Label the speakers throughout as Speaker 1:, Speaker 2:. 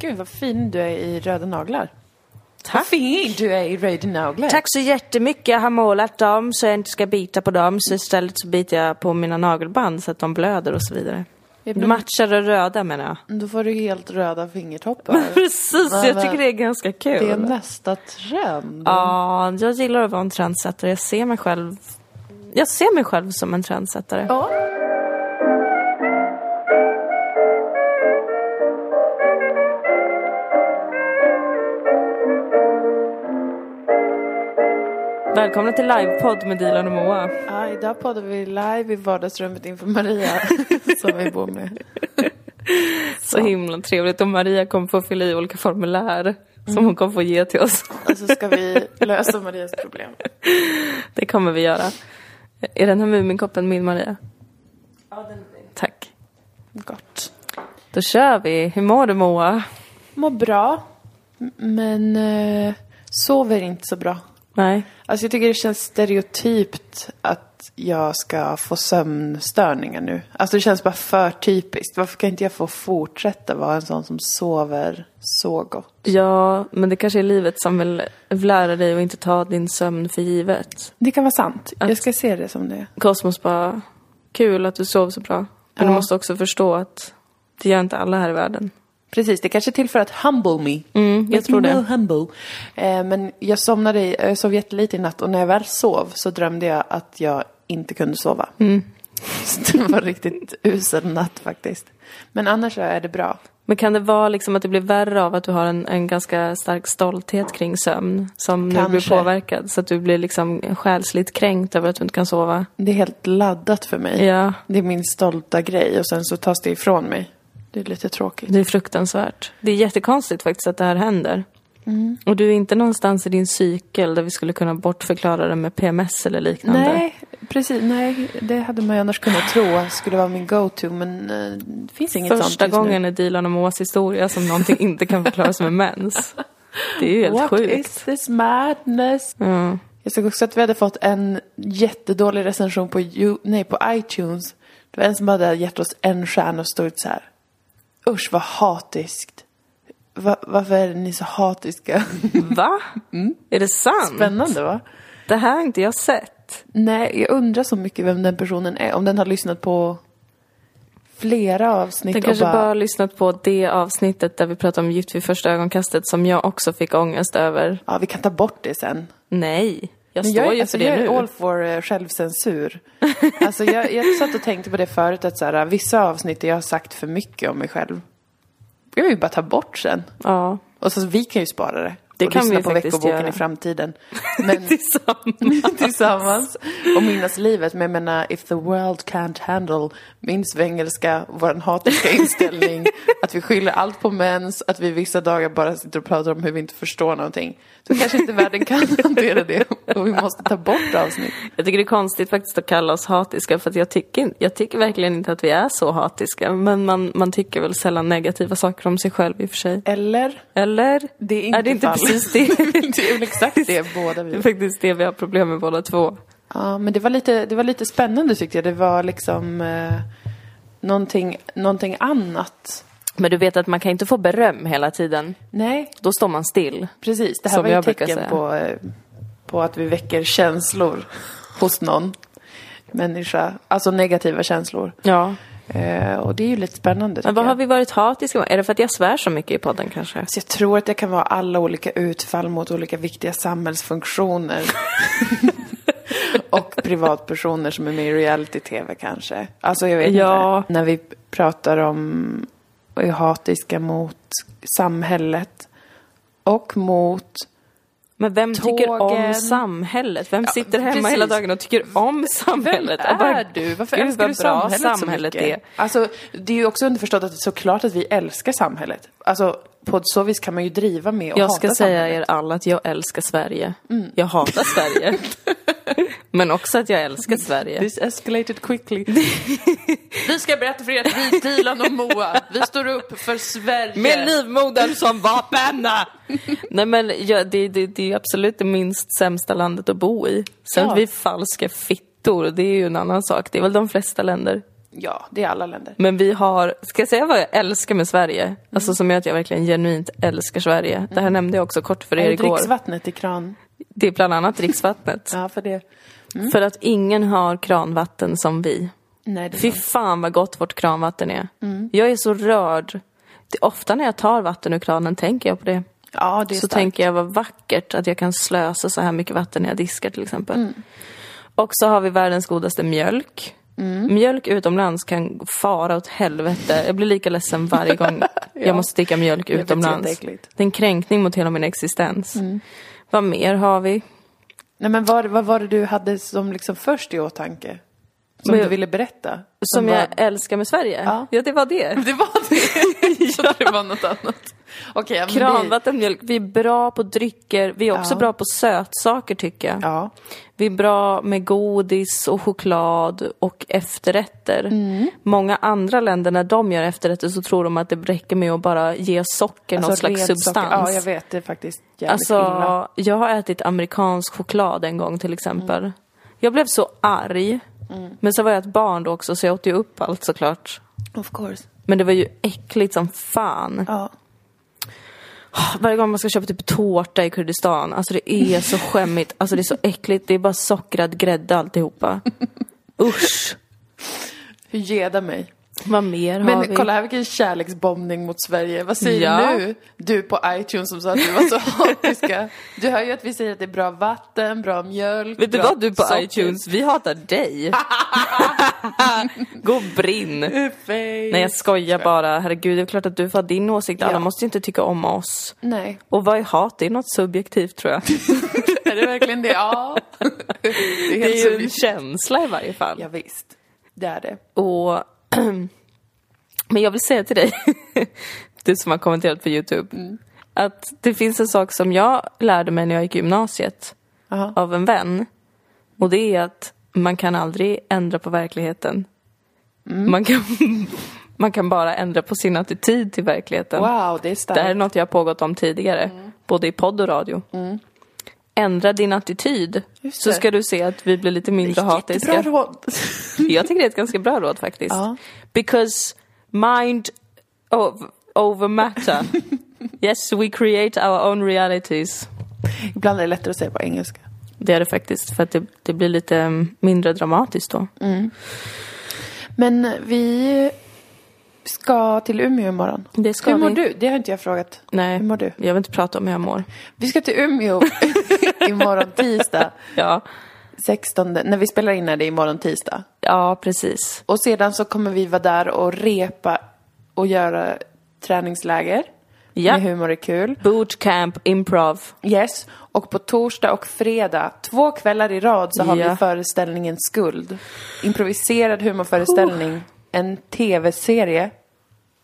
Speaker 1: Gud vad fin du är i röda naglar.
Speaker 2: Tack.
Speaker 1: fin du är i röda naglar.
Speaker 2: Tack så jättemycket. Jag har målat dem så jag inte ska bita på dem. Så istället så biter jag på mina nagelband så att de blöder och så vidare.
Speaker 1: Jag blir-
Speaker 2: Matchar och röda menar jag.
Speaker 1: Då får du helt röda fingertoppar.
Speaker 2: Precis,
Speaker 1: Ja,
Speaker 2: jag
Speaker 1: men-
Speaker 2: tycker det är ganska kul.
Speaker 1: Det är nästa trend.
Speaker 2: Ja, jag gillar att vara en trendsättare. Jag ser mig själv jag ser mig själv som en trendsättare.
Speaker 1: Ja.
Speaker 2: Välkomna till livepodd med Dilan och Moa.
Speaker 1: Ja, idag poddar vi live i vardagsrummet inför Maria som vi bor med.
Speaker 2: Så himla trevligt. Och Maria kommer få fylla i olika formulär som hon kommer få ge till oss.
Speaker 1: Och så ska vi lösa Marias problem.
Speaker 2: Det kommer vi göra. Är den här Muminkoppen min Maria? Ja, den är Tack.
Speaker 1: Gott.
Speaker 2: Då kör vi. Hur mår du Moa?
Speaker 1: Mår bra, m- men eh, sover inte så bra.
Speaker 2: Nej.
Speaker 1: Alltså jag tycker det känns stereotypt att jag ska få sömnstörningar nu. Alltså det känns bara för typiskt. Varför kan inte jag få fortsätta vara en sån som sover så gott?
Speaker 2: Ja, men det kanske är livet som vill lära dig att inte ta din sömn för givet.
Speaker 1: Det kan vara sant. Jag ska se det som det är.
Speaker 2: Kosmos bara, kul att du sov så bra. Men du
Speaker 1: Ja.
Speaker 2: måste också förstå att det gör inte alla här i världen.
Speaker 1: Precis, det kanske är till för att humble me.
Speaker 2: Mm, jag
Speaker 1: Make
Speaker 2: tror
Speaker 1: me
Speaker 2: det.
Speaker 1: more Humble. Eh, men jag somnade, i- jag sov jättelite i natt och när jag väl sov så drömde jag att jag inte kunde sova. Så det var riktigt usel natt faktiskt. Men annars så är det bra.
Speaker 2: Men kan det vara liksom att det blir värre av att du har en, en ganska stark stolthet kring sömn som nu blir
Speaker 1: Kanske.
Speaker 2: påverkad? Så att du blir liksom själsligt kränkt över att du inte kan sova?
Speaker 1: Det är helt laddat för mig.
Speaker 2: Ja,
Speaker 1: Det är min stolta grej och sen så tas det ifrån mig. Det är lite tråkigt.
Speaker 2: det är fruktansvärt. Det är jättekonstigt faktiskt att det här händer.
Speaker 1: Mm.
Speaker 2: Och du är inte någonstans i din cykel där vi skulle kunna bortförklara det med PMS eller liknande.
Speaker 1: Nej, precis. Nej, det hade man ju annars kunnat tro skulle vara min go-to men eh, det finns inget sånt
Speaker 2: Första
Speaker 1: just nu.
Speaker 2: gången i Dilan och Moas historia som någonting inte kan förklaras med mens. Det är ju helt
Speaker 1: What
Speaker 2: sjukt.
Speaker 1: is this madness?
Speaker 2: Ja.
Speaker 1: Jag såg också att vi hade fått en jättedålig recension på, you, nej, på iTunes. Det var en som hade gett oss en stjärna och stod så här. Usch vad hatiskt. Va, varför är ni så hatiska?
Speaker 2: Va?
Speaker 1: Mm.
Speaker 2: Är det sant?
Speaker 1: Spännande va?
Speaker 2: Det här har inte jag sett.
Speaker 1: Nej, jag undrar så mycket vem den personen är. Om den har lyssnat på flera avsnitt
Speaker 2: Den
Speaker 1: och
Speaker 2: kanske
Speaker 1: bara...
Speaker 2: bara har lyssnat på det avsnittet där vi pratade om Gift vid första ögonkastet som jag också fick ångest över.
Speaker 1: Ja, vi kan ta bort det sen.
Speaker 2: Nej, jag
Speaker 1: Men
Speaker 2: står
Speaker 1: jag,
Speaker 2: ju
Speaker 1: alltså,
Speaker 2: för det
Speaker 1: jag
Speaker 2: nu.
Speaker 1: är all for eh, självcensur. alltså, jag, jag satt och tänkte på det förut, att så här, vissa avsnitt där jag har sagt för mycket om mig själv. Jag vill bara ta bort sen.
Speaker 2: Ja,
Speaker 1: Och så vi kan ju spara det.
Speaker 2: Det
Speaker 1: och
Speaker 2: kan
Speaker 1: lyssna
Speaker 2: vi
Speaker 1: på
Speaker 2: faktiskt
Speaker 1: veckoboken
Speaker 2: göra.
Speaker 1: i framtiden. Men
Speaker 2: tillsammans.
Speaker 1: tillsammans. Och minnas livet. Men jag menar, if the world can't handle min svengelska, vår hatiska inställning. att vi skyller allt på mens, att vi vissa dagar bara sitter och pratar om hur vi inte förstår någonting. Så kanske inte världen kan hantera det. Och vi måste ta bort avsnitt.
Speaker 2: Jag tycker det är konstigt faktiskt att kalla oss hatiska för att jag tycker, jag tycker verkligen inte att vi är så hatiska. Men man, man tycker väl sällan negativa saker om sig själv i och för sig.
Speaker 1: Eller?
Speaker 2: Eller?
Speaker 1: Det är inte,
Speaker 2: det inte
Speaker 1: fall.
Speaker 2: precis det?
Speaker 1: det är väl exakt det båda
Speaker 2: Det är
Speaker 1: vi...
Speaker 2: faktiskt det vi har problem med båda två.
Speaker 1: Ja, men det var lite, det var lite spännande tyckte jag. Det var liksom eh, någonting, någonting annat.
Speaker 2: Men du vet att man kan inte få beröm hela tiden.
Speaker 1: Nej,
Speaker 2: Då står man still.
Speaker 1: Precis, det här
Speaker 2: Som
Speaker 1: var ju
Speaker 2: jag
Speaker 1: ett
Speaker 2: brukar
Speaker 1: tecken
Speaker 2: säga.
Speaker 1: på, eh, på att vi väcker känslor hos någon människa. Alltså negativa känslor.
Speaker 2: Ja.
Speaker 1: Eh, och det är ju lite spännande.
Speaker 2: Men
Speaker 1: tycker
Speaker 2: vad har
Speaker 1: jag.
Speaker 2: vi varit hatiska med? Är det för att jag svär så mycket i podden kanske?
Speaker 1: Så jag tror att det kan vara alla olika utfall mot olika viktiga samhällsfunktioner. och privatpersoner som är med i reality-tv kanske. Alltså jag vet
Speaker 2: Ja.
Speaker 1: inte. När vi pratar om och är hatiska mot samhället och mot
Speaker 2: Men vem tycker om
Speaker 1: Tågen.
Speaker 2: samhället? Vem sitter hemma
Speaker 1: precis.
Speaker 2: hela dagen och tycker om samhället?
Speaker 1: Vem
Speaker 2: Och bara,
Speaker 1: är du? Varför
Speaker 2: "Gud,
Speaker 1: älskar
Speaker 2: vad
Speaker 1: du
Speaker 2: bra
Speaker 1: samhället,
Speaker 2: samhället
Speaker 1: så mycket? Alltså, det är ju också underförstått att såklart att vi älskar samhället. Alltså, på så vis kan man ju driva med och
Speaker 2: Jag
Speaker 1: hata
Speaker 2: ska säga
Speaker 1: samhället.
Speaker 2: er alla att jag älskar Sverige. Jag hatar Sverige. Men också att jag älskar Sverige.
Speaker 1: This escalated quickly. vi ska berätta för er att vi, Dilan och Moa, vi står upp för Sverige.
Speaker 2: Med livmodern som vapen! Nej men ja, det, det, det är ju absolut det minst sämsta landet att bo i. Sen
Speaker 1: Ja.
Speaker 2: att vi är falska fittor, det är ju en annan sak. Det är väl de flesta länder.
Speaker 1: Ja, det är alla länder.
Speaker 2: Men vi har, ska jag säga vad jag älskar med Sverige? Alltså som gör att jag verkligen genuint älskar Sverige. Det här nämnde jag också kort för er
Speaker 1: Är
Speaker 2: igår.
Speaker 1: dricksvattnet i kran?
Speaker 2: Det är bland annat dricksvattnet.
Speaker 1: Ja, för det.
Speaker 2: För att ingen har kranvatten som vi.
Speaker 1: Nej, det är
Speaker 2: Fy
Speaker 1: sant.
Speaker 2: fan vad gott vårt kranvatten är.
Speaker 1: Mm.
Speaker 2: Jag är så rörd. Det, ofta när jag tar vatten ur kranen tänker jag på det.
Speaker 1: Ja, det är
Speaker 2: så
Speaker 1: starkt.
Speaker 2: tänker jag vad vackert att jag kan slösa så här mycket vatten när jag diskar till exempel.
Speaker 1: Mm.
Speaker 2: Och så har vi världens godaste mjölk.
Speaker 1: Mm.
Speaker 2: Mjölk utomlands kan fara åt helvete. Jag blir lika ledsen varje gång jag måste dricka mjölk
Speaker 1: vet, det är
Speaker 2: utomlands.
Speaker 1: jätteäckligt. Mm.
Speaker 2: Det är en kränkning mot hela min existens. Vad mer har vi?
Speaker 1: Nej, men vad, vad var det du hade som liksom först i åtanke? Som
Speaker 2: Men-
Speaker 1: du ville berätta?
Speaker 2: Som
Speaker 1: var-
Speaker 2: jag älskar med Sverige?
Speaker 1: Ja.
Speaker 2: ja det var det.
Speaker 1: Det var det. Jag trodde det var något annat. Okej, ja, men vi...
Speaker 2: Kranvatten, mjölk. Vi är bra på drycker. Vi är också
Speaker 1: Ja.
Speaker 2: bra på sötsaker tycker jag.
Speaker 1: Ja.
Speaker 2: Vi är bra med godis och choklad och efterrätter.
Speaker 1: Mm.
Speaker 2: Många andra länder, när de gör efterrätter så tror de att det räcker med att bara ge socker någon slags
Speaker 1: rent
Speaker 2: substans.
Speaker 1: socker- alltså Ja, jag vet. Det är faktiskt jävligt illa.
Speaker 2: Alltså, jag har ätit amerikansk choklad en gång till exempel.
Speaker 1: Mm.
Speaker 2: Jag blev så arg. Men så var jag ett barn då också så jag åt ju upp allt såklart.
Speaker 1: Of course.
Speaker 2: Men det var ju äckligt som fan.
Speaker 1: Ja.
Speaker 2: Varje gång man ska köpa typ tårta i Kurdistan, alltså det är så skämmigt, alltså det är så äckligt, det är bara sockrad grädde alltihopa. Usch!
Speaker 1: Hur geda mig.
Speaker 2: Vad mer har vi?
Speaker 1: Men kolla här vilken kärleksbombning mot Sverige. Vad säger
Speaker 2: Ja.
Speaker 1: nu du på iTunes som sa att vi var så hatiska? Du hör ju att vi säger att det är bra vatten, bra mjölk,
Speaker 2: Vet du
Speaker 1: bra
Speaker 2: vad du på
Speaker 1: socker.
Speaker 2: iTunes, vi hatar dig! Gå och brinn!
Speaker 1: Face.
Speaker 2: Nej jag skojar bara, herregud det är klart att du får ha din åsikt, alla
Speaker 1: Ja.
Speaker 2: måste ju inte tycka om oss.
Speaker 1: Nej.
Speaker 2: Och vad är hat? Det är något subjektivt tror jag.
Speaker 1: Är det verkligen det? Ja. Det är,
Speaker 2: Det är ju en
Speaker 1: subjektivt.
Speaker 2: känsla i varje fall.
Speaker 1: Ja, visst. Det är det.
Speaker 2: Och, men jag vill säga till dig, du som har kommenterat på Youtube,
Speaker 1: Mm.
Speaker 2: att det finns en sak som jag lärde mig när jag gick i gymnasiet
Speaker 1: Aha.
Speaker 2: av en vän. Och det är att man kan aldrig ändra på verkligheten.
Speaker 1: Mm.
Speaker 2: Man, kan, man kan bara ändra på sin attityd till verkligheten.
Speaker 1: Wow, Mm. det är
Speaker 2: Det här är
Speaker 1: starkt.
Speaker 2: något jag har pågått om tidigare, både i podd och radio. Ändra din attityd,
Speaker 1: Mm. Just
Speaker 2: så
Speaker 1: det.
Speaker 2: ska du se att vi blir lite mindre hatiska.
Speaker 1: Jättebra råd.
Speaker 2: Jag tycker det är ett ganska bra råd faktiskt.
Speaker 1: Ja.
Speaker 2: Because mind o- over matter. yes, we create our own realities.
Speaker 1: Ibland är det lättare att säga på engelska.
Speaker 2: Det är det faktiskt, för att det, det blir lite mm, mindre dramatiskt då.
Speaker 1: Mm. Men vi ska till Umeå imorgon.
Speaker 2: Det ska
Speaker 1: Hur mår
Speaker 2: vi.
Speaker 1: du? Det har inte jag frågat.
Speaker 2: Nej,
Speaker 1: Hur mår du?
Speaker 2: jag vill inte prata om hur jag mår.
Speaker 1: Vi ska till Umeå imorgon tisdag.
Speaker 2: Ja,
Speaker 1: 16, när vi spelar in är det imorgon tisdag.
Speaker 2: ja precis.
Speaker 1: Och sedan så kommer vi vara där och repa och göra träningsläger.
Speaker 2: Ja.
Speaker 1: Med humor är kul.
Speaker 2: Bootcamp, improv.
Speaker 1: Yes. Och på torsdag och fredag, två kvällar i rad, så har
Speaker 2: Ja.
Speaker 1: vi föreställningen Skuld. Improviserad humorföreställning. En tv-serie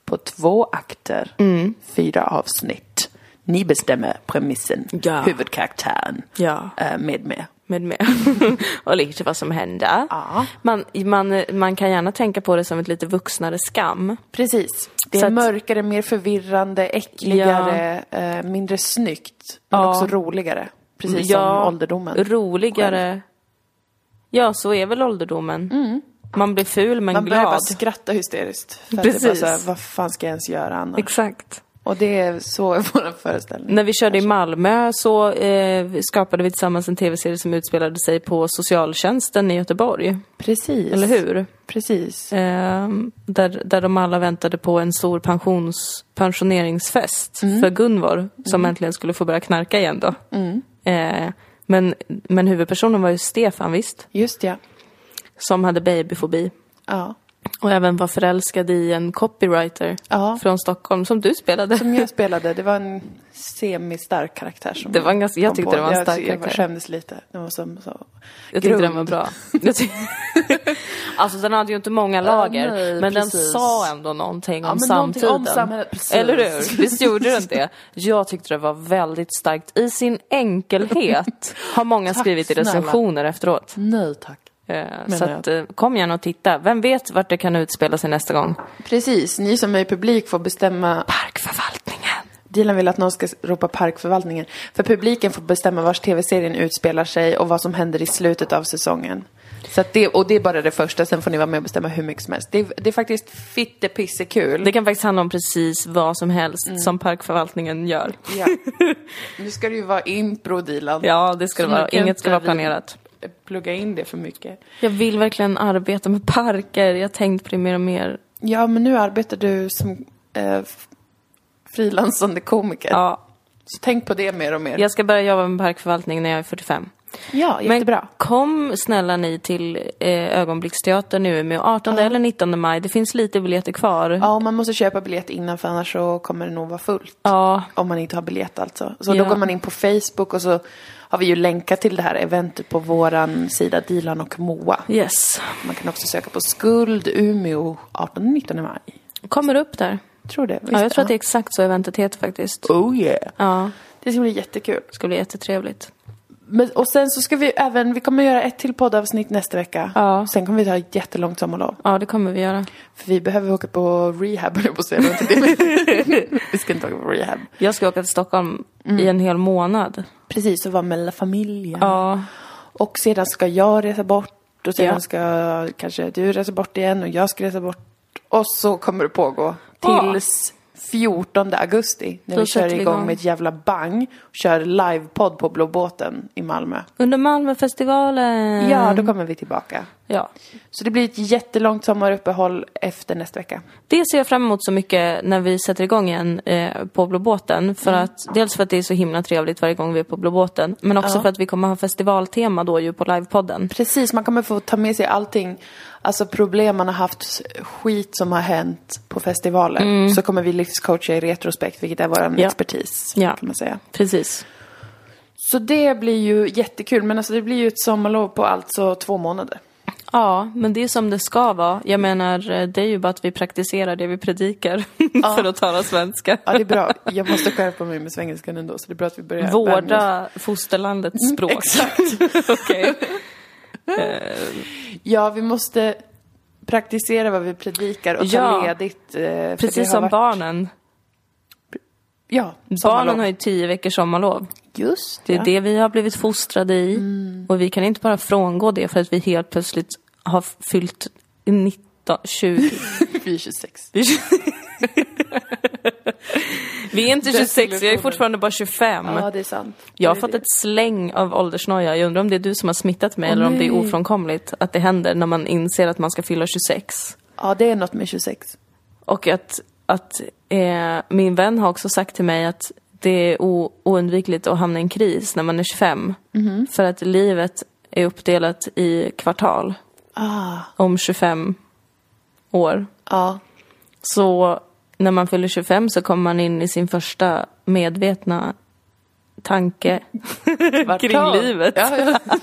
Speaker 1: på två akter.
Speaker 2: Mm.
Speaker 1: Fyra avsnitt. Ni bestämmer premissen,
Speaker 2: Ja.
Speaker 1: huvudkaraktären,
Speaker 2: Ja.
Speaker 1: eh, med med.
Speaker 2: med med. och lite vad som händer.
Speaker 1: Ja.
Speaker 2: Man, man, man kan gärna tänka på det som ett lite vuxnare skam.
Speaker 1: Precis. Det
Speaker 2: Så
Speaker 1: är
Speaker 2: att-
Speaker 1: mörkare, mer förvirrande, äckligare, eh, mindre snyggt. Men
Speaker 2: Ja.
Speaker 1: också roligare. Precis som ålderdomen.
Speaker 2: Mm. Roligare. Ja, så är väl ålderdomen. Man blir ful men
Speaker 1: Mm. Man börjar bara
Speaker 2: glad.
Speaker 1: skratta hysteriskt. För Att det är
Speaker 2: Precis.
Speaker 1: bara så här, vad fan ska jag ens göra annars?
Speaker 2: Exakt.
Speaker 1: Och det är så är vår föreställning.
Speaker 2: När vi körde i Malmö så eh, skapade vi tillsammans en tv-serie som utspelade sig på socialtjänsten i Göteborg.
Speaker 1: Precis.
Speaker 2: Eller hur?
Speaker 1: Precis.
Speaker 2: Ehm, där, där de alla väntade på en stor pensions, pensioneringsfest
Speaker 1: Mm.
Speaker 2: för Gunvor som äntligen skulle få börja knarka igen då.
Speaker 1: Mm.
Speaker 2: Eh, men, men huvudpersonen var ju Stefan visst,
Speaker 1: Just ja.
Speaker 2: som hade babyfobi.
Speaker 1: Ja.
Speaker 2: Och även var förälskad i en copywriter
Speaker 1: Ja.
Speaker 2: från Stockholm som du spelade.
Speaker 1: Som jag spelade, det var en semi-stark karaktär som
Speaker 2: Det var en ganska- jag
Speaker 1: kom
Speaker 2: tyckte
Speaker 1: på.
Speaker 2: det var en
Speaker 1: Jag-
Speaker 2: stark
Speaker 1: Jag
Speaker 2: karaktär.
Speaker 1: skämdes lite. Den var som så...
Speaker 2: Jag tyckte den var
Speaker 1: grund.
Speaker 2: bra. Jag tyck- alltså den hade ju inte många lager,
Speaker 1: Ja, nej,
Speaker 2: men den
Speaker 1: precis.
Speaker 2: sa ändå någonting om
Speaker 1: men någonting
Speaker 2: samtiden.
Speaker 1: om samhället, precis.
Speaker 2: Eller hur? Visst gjorde den det? Jag tyckte det var väldigt starkt i sin enkelhet, har många
Speaker 1: Tack,
Speaker 2: skrivit i
Speaker 1: snälla.
Speaker 2: recensioner efteråt.
Speaker 1: Nej tack.
Speaker 2: Eh, Så att, eh, kom gärna och titta. Vem vet vart det kan utspela sig nästa gång?
Speaker 1: Precis, ni som är i publik får bestämma
Speaker 2: Parkförvaltningen.
Speaker 1: Dilan vill att någon ska ropa parkförvaltningen. För publiken får bestämma vars tv-serien utspelar sig och vad som händer i slutet av säsongen. Så att det, och det är bara det första, sen får ni vara med och bestämma hur mycket som helst. Det, är- det är faktiskt fittepissekul.
Speaker 2: Det kan faktiskt handla om precis vad som helst
Speaker 1: Mm.
Speaker 2: som parkförvaltningen gör.
Speaker 1: Ja. Nu ska det ju vara impro, Dilan.
Speaker 2: Ja, det ska det
Speaker 1: Så nu
Speaker 2: vara.
Speaker 1: kan
Speaker 2: Inget ska
Speaker 1: inte
Speaker 2: vara
Speaker 1: vi-
Speaker 2: planerat.
Speaker 1: Plugga in det för mycket.
Speaker 2: Jag vill verkligen arbeta med parker. Jag har tänkt på det mer och mer.
Speaker 1: Ja, men nu arbetar du som eh, f- frilansande komiker.
Speaker 2: Ja,
Speaker 1: Så tänk på det mer och mer.
Speaker 2: jag ska börja jobba med parkförvaltning när jag är 45.
Speaker 1: Ja, jättebra.
Speaker 2: Men kom snälla ni till eh, Ögonblicksteatern nu med 18 eller 19 maj. Det finns lite biljetter kvar.
Speaker 1: Ja, och man måste köpa biljett innan för annars så kommer det nog vara fullt.
Speaker 2: Ja,
Speaker 1: Om man inte har biljett alltså. Så
Speaker 2: Ja.
Speaker 1: då går man in på Facebook och så har vi ju länkat till det här eventet på våran sida Dilan och Moa.
Speaker 2: yes.
Speaker 1: Man kan också söka på Skuld Umeå 18-19 maj.
Speaker 2: Kommer upp där.
Speaker 1: Tror det. Visst,
Speaker 2: Ja, jag tror att det är exakt så eventet heter faktiskt.
Speaker 1: Oh yeah.
Speaker 2: Ja,
Speaker 1: Det ska bli jättekul.
Speaker 2: det ska bli jättetrevligt.
Speaker 1: Men, och sen så ska vi även, vi kommer göra ett till poddavsnitt nästa vecka.
Speaker 2: Ja.
Speaker 1: Sen kommer vi ta ett jättelångt sommarlov.
Speaker 2: Ja, det kommer vi göra.
Speaker 1: För vi behöver åka på rehab, höll jag på att säga. Det var inte det. vi ska inte åka på rehab.
Speaker 2: Jag ska åka till Stockholm
Speaker 1: Mm.
Speaker 2: i en hel månad.
Speaker 1: Precis, och vara med hela familjen.
Speaker 2: Ja,
Speaker 1: Och sedan ska jag resa bort och sedan
Speaker 2: Ja.
Speaker 1: ska kanske du resa bort igen och jag ska resa bort. Och så kommer det pågå
Speaker 2: Ja.
Speaker 1: tills 14 augusti när
Speaker 2: Då
Speaker 1: vi kör
Speaker 2: sätter vi
Speaker 1: igång,
Speaker 2: igång.
Speaker 1: med ett jävla bang och kör livepodd på Blå båten i Malmö.
Speaker 2: under Malmöfestivalen.
Speaker 1: Ja, då kommer vi tillbaka.
Speaker 2: ja.
Speaker 1: Så det blir ett jättelångt sommaruppehåll efter nästa vecka.
Speaker 2: Det ser jag fram emot så mycket när vi sätter igång igen eh, på Blå båten. För att, dels för att det är så himla trevligt varje gång vi är på Blå båten. Men också för att vi kommer ha festivaltema då ju på livepodden.
Speaker 1: Precis, man kommer få ta med sig allting. Alltså problem man har haft, skit som har hänt på festivaler. Så kommer vi livscoacha i retrospekt, vilket är vår
Speaker 2: Mm. Ja.
Speaker 1: expertis.
Speaker 2: Ja.
Speaker 1: Kan man säga.
Speaker 2: Precis.
Speaker 1: Så det blir ju jättekul, men alltså det blir ju ett sommarlov på alltså två månader.
Speaker 2: Ja, men det är som det ska vara. Jag menar, eh, det är ju bara att vi praktiserar det vi predikar. för att tala svenska.
Speaker 1: Ja, det är bra. Jag måste skärpa mig med svengelskan ändå, så det är bra att vi börjar vänja oss.
Speaker 2: Vårda fosterlandets språk.
Speaker 1: Exakt.
Speaker 2: Okej.
Speaker 1: Ja, vi måste praktisera vad vi predikar och ta
Speaker 2: Ja.
Speaker 1: ledigt. eh, för det har
Speaker 2: Precis som
Speaker 1: varit-
Speaker 2: barnen.
Speaker 1: Ja,
Speaker 2: Barnen
Speaker 1: sommarlov.
Speaker 2: har ju tio veckors sommarlov.
Speaker 1: Just
Speaker 2: Det är
Speaker 1: ja. Mm.
Speaker 2: det vi har blivit fostrade i. Och vi kan inte bara frångå det för att vi helt plötsligt har fyllt 19, 20.
Speaker 1: Vi är 26.
Speaker 2: Vi är inte 26, jag är
Speaker 1: Definitionen.
Speaker 2: fortfarande bara 25.
Speaker 1: Ja, det är sant.
Speaker 2: Jag har
Speaker 1: Det är
Speaker 2: fått
Speaker 1: det.
Speaker 2: ett släng av åldersnoja. Jag undrar om det är du som har smittat mig eller om det är
Speaker 1: nej.
Speaker 2: ofrånkomligt att det händer när man inser att man ska fylla 26.
Speaker 1: Ja, det är något med 26.
Speaker 2: Och att, att eh, min vän har också sagt till mig att det är o- oundvikligt att hamna i en kris när man är 25.
Speaker 1: Mm-hmm.
Speaker 2: För att livet är uppdelat i kvartal.
Speaker 1: Ah,
Speaker 2: om 25 år.
Speaker 1: ja.
Speaker 2: Så när man fyller 25 så kommer man in i sin första medvetna tanke kring
Speaker 1: Kvartal.
Speaker 2: livet.
Speaker 1: Ja, ja.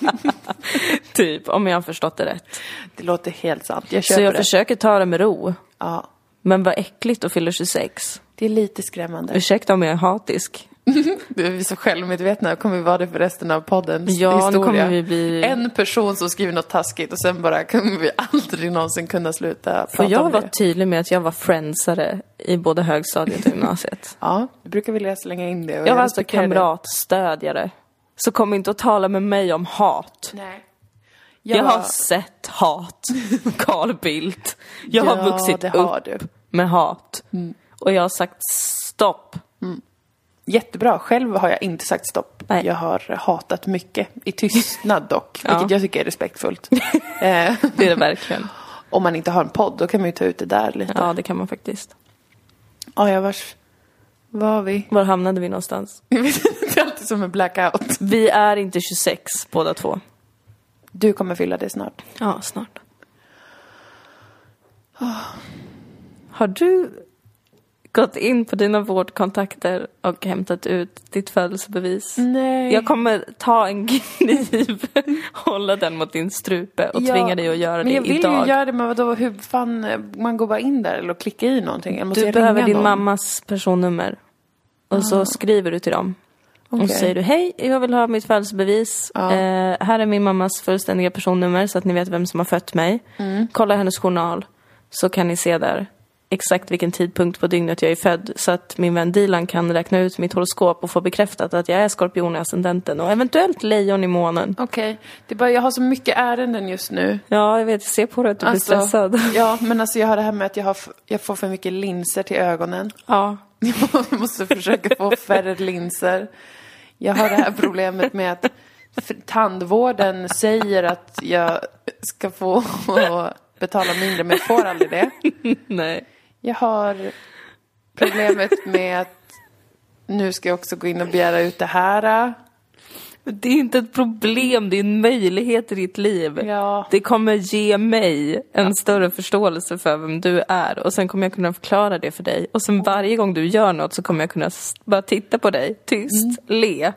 Speaker 2: Typ, om jag har förstått det rätt.
Speaker 1: Det låter helt sant. Jag
Speaker 2: så
Speaker 1: köper
Speaker 2: jag
Speaker 1: det.
Speaker 2: försöker ta det med ro.
Speaker 1: Ja.
Speaker 2: Men vad äckligt att fylla 26.
Speaker 1: Det är lite skrämmande.
Speaker 2: Ursäkta om jag är hatisk.
Speaker 1: Du, vi är så självmedvetna och kommer vi vara det för resten av poddens
Speaker 2: Ja, nu
Speaker 1: historia.
Speaker 2: kommer vi bli-
Speaker 1: En person som skriver något taskigt och sen bara kommer vi aldrig någonsin kunna sluta
Speaker 2: För
Speaker 1: prata
Speaker 2: jag
Speaker 1: om
Speaker 2: var
Speaker 1: det.
Speaker 2: tydlig med att jag var friendsare i både högstadiet och gymnasiet.
Speaker 1: Ja, du brukar vilja slänga in det. och
Speaker 2: Jag var alltså
Speaker 1: respekterar det.
Speaker 2: kamratstödjare. Så kom inte och tala med mig om hat.
Speaker 1: Nej.
Speaker 2: Jag
Speaker 1: var-
Speaker 2: har sett hat, Carl Bildt. Jag
Speaker 1: Ja,
Speaker 2: har vuxit
Speaker 1: det
Speaker 2: upp
Speaker 1: har du.
Speaker 2: med hat. Och jag har sagt stopp.
Speaker 1: Jättebra. Själv har jag inte sagt stopp.
Speaker 2: Nej.
Speaker 1: Jag har hatat mycket. I tystnad dock.
Speaker 2: Ja.
Speaker 1: Vilket jag tycker är respektfullt. eh,
Speaker 2: Det är det verkligen.
Speaker 1: om man inte har en podd, då kan man ju ta ut det där lite. Ah,
Speaker 2: Ja, det kan man faktiskt.
Speaker 1: Ja, jag vars... Var vi?
Speaker 2: Var hamnade vi någonstans?
Speaker 1: Jag vet inte, det är alltid som en blackout.
Speaker 2: Vi är inte 26 båda två.
Speaker 1: Du kommer fylla det snart.
Speaker 2: Ja, snart. Har du gått in på dina vårdkontakter och hämtat ut ditt födelsebevis?
Speaker 1: Nej.
Speaker 2: Jag kommer ta en kniv, hålla den mot din strupe och tvinga dig att göra
Speaker 1: men
Speaker 2: det
Speaker 1: jag vill
Speaker 2: idag.
Speaker 1: ju göra det, men vadå, hur fan, eh, man går bara in där eller klickar i någonting. Eller måste
Speaker 2: du
Speaker 1: jag
Speaker 2: behöver
Speaker 1: ringa
Speaker 2: Typ din
Speaker 1: någon? Ah.
Speaker 2: mammas personnummer. Och så skriver du till dem. Och så
Speaker 1: Okej. Ah.
Speaker 2: säger du, hej, jag vill ha mitt födelsebevis.
Speaker 1: Ja.
Speaker 2: Eh, här är min mammas fullständiga
Speaker 1: Mm.
Speaker 2: personnummer så att ni vet vem som har fött mig. Kolla hennes journal, så kan ni se där exakt vilken tidpunkt på dygnet jag är född så att min vän Dilan kan räkna ut mitt horoskop och få bekräftat att jag är skorpion i ascendenten och eventuellt lejon i månen.
Speaker 1: Okej, det är bara, jag har så mycket ärenden just nu. Alltså,
Speaker 2: Ja, jag vet, jag ser på dig att du blir stressad.
Speaker 1: ja, men alltså jag har det här med att jag, har, f- jag får för mycket linser till ögonen.
Speaker 2: Ja.
Speaker 1: Jag måste försöka få färre linser. Jag har det här problemet med att f- tandvården säger att jag ska få betala mindre, men jag får aldrig det.
Speaker 2: Nej.
Speaker 1: Jag har problemet med att nu ska jag också gå in och begära ut det här.
Speaker 2: Det är inte ett problem, det är en möjlighet i ditt liv.
Speaker 1: Ja.
Speaker 2: Det kommer ge mig en större förståelse för vem du är och sen kommer jag kunna förklara det för dig. Och sen varje gång du gör något så kommer jag kunna s- bara titta på dig, tyst, le,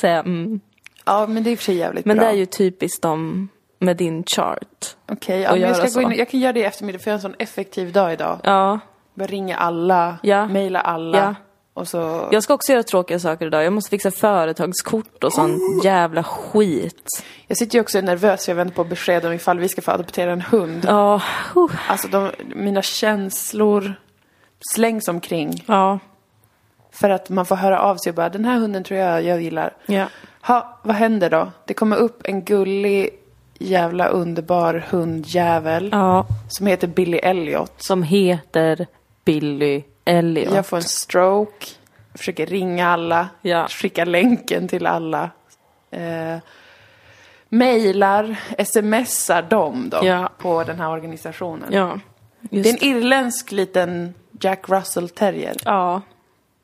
Speaker 2: säga mm.
Speaker 1: Ja, men det är i och för sig jävligt
Speaker 2: Men
Speaker 1: bra.
Speaker 2: det är ju typiskt om med din chart.
Speaker 1: Okej, ja, men
Speaker 2: göra
Speaker 1: jag, ska
Speaker 2: så.
Speaker 1: gå in, och- jag kan göra det i eftermiddag för jag har en sån effektiv dag idag.
Speaker 2: Ja.
Speaker 1: Bara ringa alla,
Speaker 2: Ja.
Speaker 1: mejla alla.
Speaker 2: Ja.
Speaker 1: Och så...
Speaker 2: Jag ska också göra tråkiga saker idag. Jag måste fixa företagskort och sån jävla skit.
Speaker 1: Jag sitter ju också nervös för jag väntar på besked om ifall vi ska få adoptera en hund.
Speaker 2: Ja. huh.
Speaker 1: Alltså de, mina känslor slängs omkring.
Speaker 2: Ja.
Speaker 1: För att man får höra av sig och bara den här hunden tror jag jag gillar.
Speaker 2: Ja.
Speaker 1: Ha, vad händer då? Det kommer upp en gullig jävla underbar hundjävel
Speaker 2: Ja.
Speaker 1: som heter Billy Elliot.
Speaker 2: Som heter Billy Elliot.
Speaker 1: Jag får en stroke, försöker ringa alla,
Speaker 2: Ja.
Speaker 1: skicka länken till alla. Eh, mailar, smsar dem då
Speaker 2: Ja.
Speaker 1: på den här organisationen.
Speaker 2: Ja. Just
Speaker 1: Det är en irländsk liten Jack Russell terrier.
Speaker 2: Ja.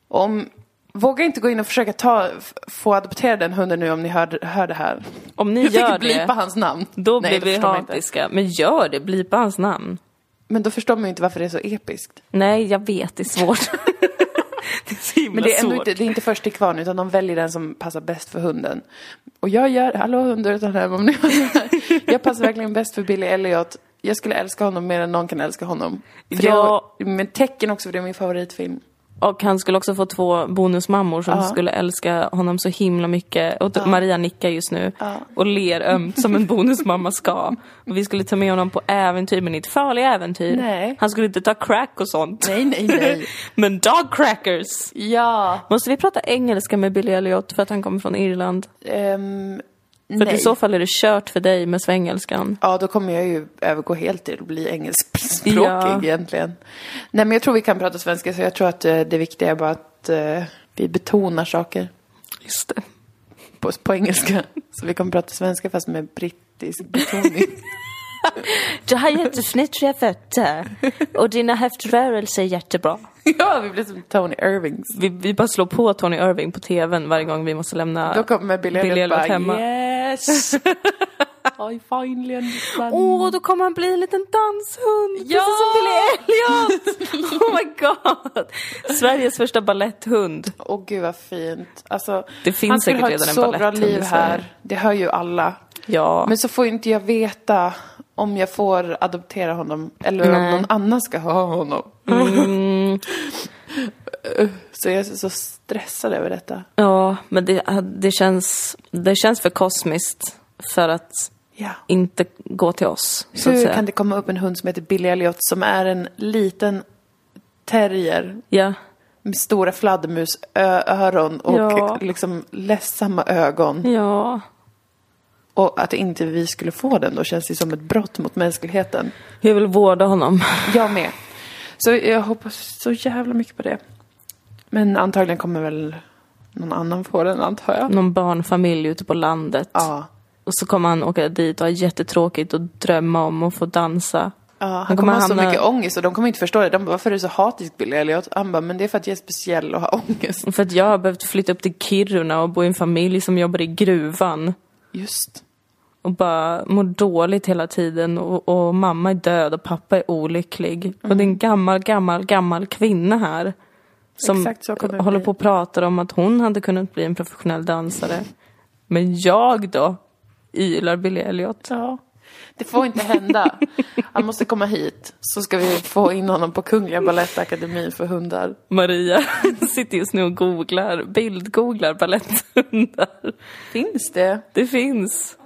Speaker 1: Om, våga inte gå in och försöka ta, f- få adoptera den hunden nu om ni hör, hör det här.
Speaker 2: Om ni
Speaker 1: Jag
Speaker 2: gör
Speaker 1: tänker
Speaker 2: det,
Speaker 1: blipa hans namn.
Speaker 2: då
Speaker 1: Nej,
Speaker 2: blir
Speaker 1: det
Speaker 2: vi
Speaker 1: förstår man inte.
Speaker 2: hatiska. Men gör det, blipa hans namn.
Speaker 1: Men då förstår man ju inte varför det är så episkt.
Speaker 2: Nej, jag vet, det är svårt. det är så himla
Speaker 1: Men det är, ändå
Speaker 2: svårt.
Speaker 1: inte, det är inte först till kvarn utan de väljer den som passar bäst för hunden. Och jag gör, hallå hundar utan hem om ni hör det här. Jag passar verkligen bäst för Billy Elliot. Jag skulle älska honom mer än någon kan älska honom. För
Speaker 2: Ja.
Speaker 1: det, men tecken också, för det är min favoritfilm.
Speaker 2: Och han skulle också få två bonusmammor som skulle älska honom så himla mycket. Och Maria nickar just nu och ler ömt som en bonusmamma ska. Och vi skulle ta med honom på äventyr, men inte farliga äventyr.
Speaker 1: Nej.
Speaker 2: Han skulle inte ta crack och sånt.
Speaker 1: Nej, nej, nej.
Speaker 2: men dog crackers!
Speaker 1: Ja.
Speaker 2: Måste vi prata engelska med Billy Elliot för att han kommer från Irland?
Speaker 1: Ehm,
Speaker 2: För
Speaker 1: nej.
Speaker 2: att i så fall är det kört för dig med svengelskan.
Speaker 1: Ja, då kommer jag ju övergå helt till att bli engelskspråkig
Speaker 2: Ja.
Speaker 1: egentligen. Nej, men jag tror vi kan prata svenska, så jag tror att eh, det viktiga är bara att eh, vi betonar saker
Speaker 2: Just det.
Speaker 1: på, på engelska. Så vi kommer prata svenska fast med brittisk betoning.
Speaker 2: Du har jättefnittriga fötter och dina höftrörelser är jättebra.
Speaker 1: ja, vi blir som Tony Irvings.
Speaker 2: Vi, vi bara slår på Tony Irving på tvn varje gång vi måste lämna
Speaker 1: Då kommer Billy
Speaker 2: Billy
Speaker 1: Elliot
Speaker 2: Elliot
Speaker 1: bara
Speaker 2: hemma.
Speaker 1: yes! I finally understand.
Speaker 2: Åh, då kommer han bli en liten danshund!
Speaker 1: Ja!
Speaker 2: Precis som Billy Elliot! Oh my god! Sveriges första baletthund.
Speaker 1: Åh gud vad fint. Alltså,
Speaker 2: Det finns
Speaker 1: han skulle
Speaker 2: säkert
Speaker 1: ha ett
Speaker 2: redan en
Speaker 1: så bra
Speaker 2: balett,
Speaker 1: liv
Speaker 2: det säger jag.
Speaker 1: här. Det hör ju alla.
Speaker 2: Ja.
Speaker 1: Men så får ju inte jag veta om jag får adoptera honom eller
Speaker 2: Nej. Mm.
Speaker 1: om någon annan ska ha honom. så jag är så stressad över detta.
Speaker 2: Ja, men det, det, känns, det känns för kosmiskt för att
Speaker 1: Ja.
Speaker 2: inte gå till oss, så att
Speaker 1: Hur
Speaker 2: säga.
Speaker 1: kan det komma upp en hund som heter Billy Elliot som är en liten terrier
Speaker 2: Ja.
Speaker 1: med stora fladdermusöron och
Speaker 2: Ja.
Speaker 1: liksom ledsamma ögon.
Speaker 2: Ja.
Speaker 1: Och att inte vi skulle få den då känns det som ett brott mot mänskligheten.
Speaker 2: Jag vill vårda honom.
Speaker 1: Jag med. Så jag hoppas så jävla mycket på det. Men antagligen kommer väl någon annan få den antar jag.
Speaker 2: Någon barnfamilj ute på landet.
Speaker 1: Ja.
Speaker 2: Och så kommer han åka dit och ha jättetråkigt och drömma om att få dansa.
Speaker 1: ja han, kommer ha så mycket ångest och de kommer inte förstå det. De bara, varför är du så hatisk Billy Elliot? Han bara, men det är för att jag är speciell och har ångest.
Speaker 2: För att jag har behövt flytta upp till Kiruna och bo i en familj som jobbar i gruvan.
Speaker 1: Just.
Speaker 2: Och bara mår dåligt hela tiden och, och mamma är död och pappa är olycklig. Och det är
Speaker 1: Mm.
Speaker 2: en gammal, gammal, gammal kvinna här. Som
Speaker 1: Exakt så kommer det
Speaker 2: håller
Speaker 1: bli.
Speaker 2: på och pratar om att hon hade kunnat bli en professionell dansare. Men jag då? Ylar Billy Elliot.
Speaker 1: Ja. Det får inte hända. Han måste komma hit. Så ska vi få in honom på Kungliga Balettakademin för hundar.
Speaker 2: Maria sitter just nu och googlar, bildgooglar baletthundar.
Speaker 1: Finns det?
Speaker 2: Det finns.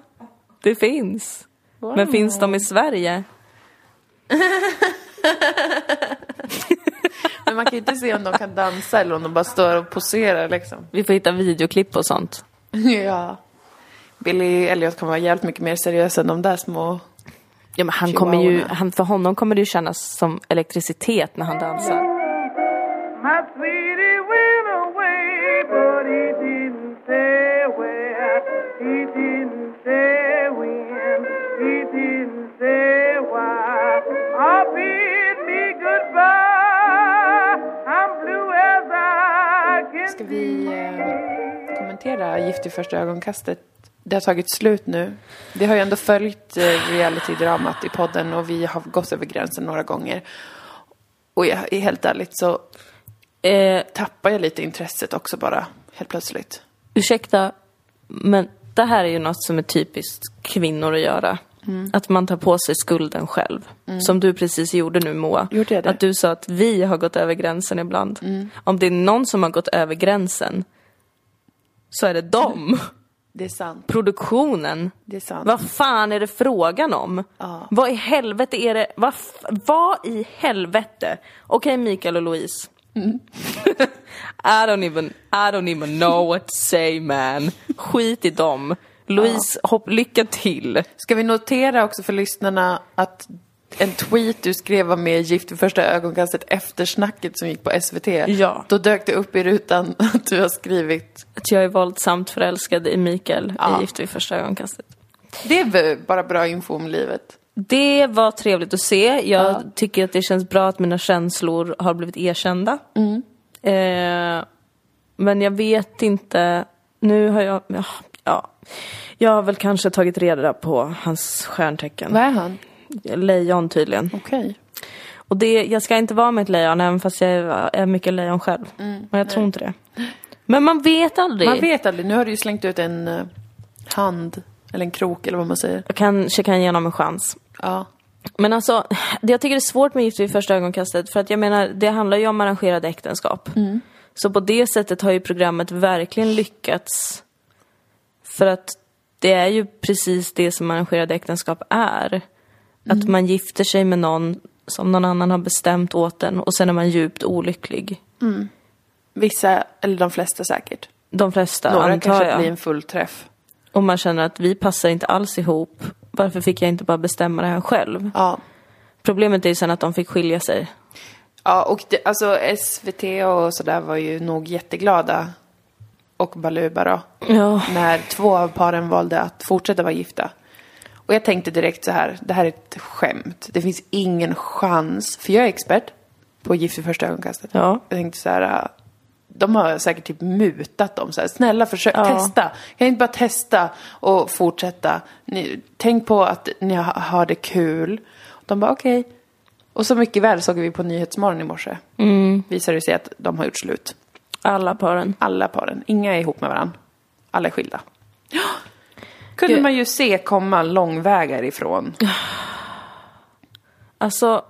Speaker 2: Det finns. Men finns de i Sverige?
Speaker 1: Men man kan ju inte se om de kan dansa eller om de bara står och poserar liksom.
Speaker 2: Vi får hitta videoklipp och sånt.
Speaker 1: Ja. Billy Elliot kommer vara jävligt mycket mer seriös än de där små...
Speaker 2: Ja, men han kommer ju,
Speaker 1: Chihuahuorna.
Speaker 2: han, för honom kommer det ju kännas som elektricitet när han dansar.
Speaker 3: My sweetie went away, but he didn't say where. He didn't say when. He didn't say why. Oh, bid me goodbye. I'm blue as I can
Speaker 1: Ska
Speaker 3: be.
Speaker 1: vi eh, kommentera Gift i första ögonkastet? Det har tagit slut nu. Vi har ju ändå följt eh, reality-dramat i podden och vi har gått över gränsen några gånger. Och jag, är helt ärligt så
Speaker 2: Eh,
Speaker 1: tappar jag lite intresset också bara, helt plötsligt.
Speaker 2: ursäkta, men det här är ju något som är typiskt kvinnor att göra.
Speaker 1: Mm.
Speaker 2: Att man tar på sig skulden själv. Som du precis gjorde nu Moa.
Speaker 1: Gjorde jag det? Mm.
Speaker 2: Att du sa att vi har gått över gränsen ibland. Om det är någon som har gått över gränsen så är det dem.
Speaker 1: Det är sant.
Speaker 2: Produktionen.
Speaker 1: Det är sant.
Speaker 2: Vad fan är det frågan om?
Speaker 1: Ja.
Speaker 2: Vad i helvete är det? Vad, f- vad i helvete? Okej Mikael och Louise.
Speaker 1: Mm.
Speaker 2: I, don't even, I don't even know what to say man. Skit i dem. Louise, hopp, lycka till.
Speaker 1: Ska vi notera också för lyssnarna att en tweet du skrev var med i Gift vid första ögonkastet efter snacket som gick på SVT.
Speaker 2: Ja.
Speaker 1: Då dök det upp i rutan att du har skrivit.
Speaker 2: Att jag är våldsamt förälskad i Mikael
Speaker 1: Ja.
Speaker 2: i Gift vid första ögonkastet.
Speaker 1: Det är väl bara bra info om livet.
Speaker 2: Det var trevligt att se. Jag tycker att det känns bra att mina känslor har blivit erkända.
Speaker 1: Mm.
Speaker 2: Eh, men jag vet inte. Nu har jag... Ja, ja. Jag har väl kanske tagit reda på hans stjärntecken.
Speaker 1: Vad är han?
Speaker 2: Lejon tydligen.
Speaker 1: Okej.
Speaker 2: Och det, jag ska inte vara med ett lejon även fast jag är, är mycket lejon själv. Men jag tror inte det. Men man vet aldrig.
Speaker 1: Mm. Man vet aldrig. Nu har du ju slängt ut en eh, hand. Eller en krok eller vad man säger.
Speaker 2: Jag kanske kan ge honom en chans.
Speaker 1: Ja.
Speaker 2: Men alltså, det jag tycker är svårt med Gift vid första ögonkastet, för att jag menar, det handlar ju om arrangerade äktenskap.
Speaker 1: Mm.
Speaker 2: Så på det sättet har ju programmet verkligen lyckats. För att det är ju precis det som arrangerade äktenskap är. Att
Speaker 1: Mm.
Speaker 2: man gifter sig med någon som någon annan har bestämt åt en och sen är man djupt olycklig.
Speaker 1: Vissa, eller de flesta säkert.
Speaker 2: De flesta,
Speaker 1: Några
Speaker 2: antar
Speaker 1: kanske
Speaker 2: jag.
Speaker 1: blir en fullträff.
Speaker 2: Och man känner att vi passar inte alls ihop. Varför fick jag inte bara bestämma det här själv?
Speaker 1: Ja.
Speaker 2: Problemet är ju sen att de fick skilja sig.
Speaker 1: Ja, och det, alltså SVT och sådär var ju nog jätteglada. Och Baluba då.
Speaker 2: Ja.
Speaker 1: När två av paren valde att fortsätta vara gifta. Och jag tänkte direkt så här, det här är ett skämt. Det finns ingen chans. För jag är expert på Gift i första ögonkastet.
Speaker 2: Ja.
Speaker 1: Jag tänkte så här, äh, de har säkert typ mutat dem så här. Snälla försök, testa. Kan ni inte bara testa och fortsätta? Ni, tänk på att ni ha- har det kul. De bara okej. Och så mycket väl såg vi på Nyhetsmorgon i morse. Visade det sig att de har gjort slut.
Speaker 2: Alla paren.
Speaker 1: Alla paren. Inga är ihop med varandra. Alla är skilda. Ja. Kunde
Speaker 2: Gud.
Speaker 1: man ju se komma långvägar ifrån.
Speaker 2: Alltså,